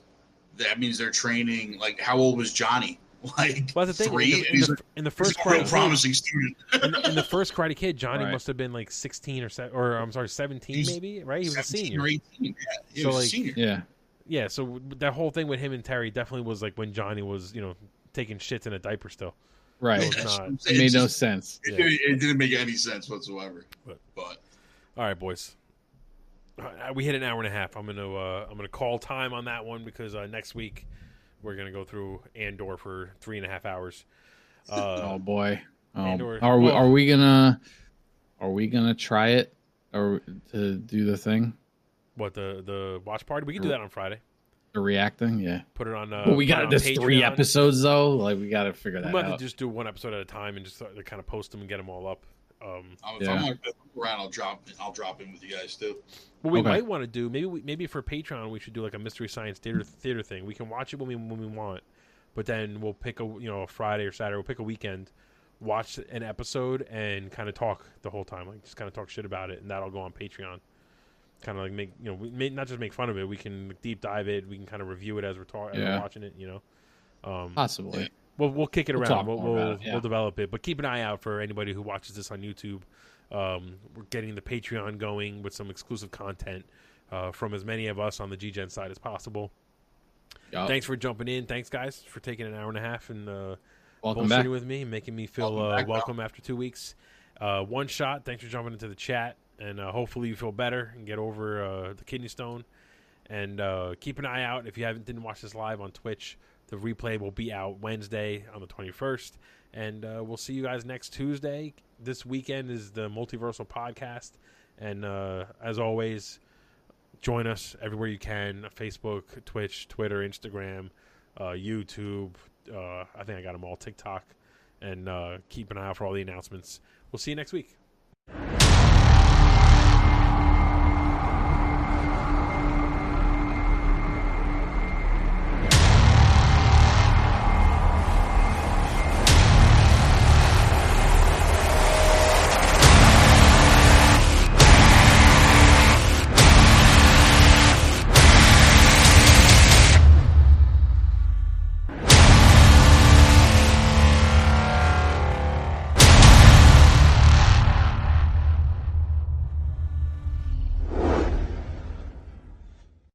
C: That means they're training. Like, how old was Johnny? Like
A: well, that's the thing.
C: three.
A: In the,
C: and
A: in
C: he's,
A: the,
C: like,
A: in the
C: he's
A: first
C: a real
A: Karate Kid-
C: promising student.
A: in, in the first Karate Kid, Johnny
B: Right.
A: must have been like sixteen or se- or I'm sorry, seventeen
C: He's
A: maybe, right? He was a
C: 17
A: senior.
C: Or 18. Yeah, he
A: So,
C: was a
A: like,
C: senior.
B: yeah.
A: Yeah, so w- that whole thing with him and Terry definitely was like when Johnny was, you know, taking shits in a diaper still.
B: Right.
A: it's
C: That's
A: not.
C: what I'm
B: It
C: saying.
B: made
C: It's
B: no
C: just-
B: sense.
C: It, it, didn't make any sense whatsoever.
A: But-
C: But,
A: All right, boys. All right, We hit an hour and a half. I'm gonna uh, I'm gonna call time on that one because uh, next week we're gonna go through Andor for three and a half hours. Uh,
B: oh boy. Oh,
A: Andor-
B: are we
A: well-
B: are we gonna are we gonna try it or to do the thing
A: what the the watch party? We can do that on Friday.
B: the reacting? Yeah.
A: Put it on. Uh,
B: But we
A: put it
B: got
A: on
B: this three
A: Patreon.
B: episodes though. Like we got to figure
A: We
B: that
A: might have
B: out.
A: to just do one episode at a time and just sort of kind of post them and get them all up. Um,
C: um, if
B: Yeah.
C: I'm like around, I'll drop. I'll drop in with you guys too.
A: What we
B: Okay.
A: might want to do, maybe we, maybe for Patreon, we should do like a mystery science theater theater thing. We can watch it when we when we want, but then we'll pick a you know a Friday or Saturday. We'll pick a weekend, watch an episode, and kind of talk the whole time, like just kind of talk shit about it, and that'll go on Patreon. Kind of like make you know we may, not just make fun of it. We can deep dive it. We can kind of review it as we're talking, as
B: Yeah.
A: we're watching it. You know, um,
B: Possibly.
A: we'll we'll kick it
B: We'll
A: around.
B: talk
A: We'll
B: more
A: we'll,
B: about it, yeah.
A: we'll develop it, but keep an eye out for anybody who watches this on YouTube. Um, we're getting the Patreon going with some exclusive content uh, from as many of us on the GGen side as possible.
B: Yup.
A: Thanks for jumping in. Thanks, guys, for taking an hour and a half and uh,
B: Welcome
A: bullshitting
B: back.
A: with me, and making me feel
C: Welcome
A: uh,
C: back, pal.
A: welcome after two weeks. Uh, one shot. Thanks for jumping into the chat, and uh, hopefully you feel better and get over uh, the kidney stone. And uh, keep an eye out if you haven't didn't watch this live on Twitch. The replay will be out Wednesday on the 21st, and uh, we'll see you guys next Tuesday. This weekend is the Multiversal Podcast, and uh, as always, join us everywhere you can: Facebook, Twitch, Twitter, Instagram, uh, YouTube. Uh, I think I got them all. TikTok, and uh, keep an eye out for all the announcements. We'll see you next week.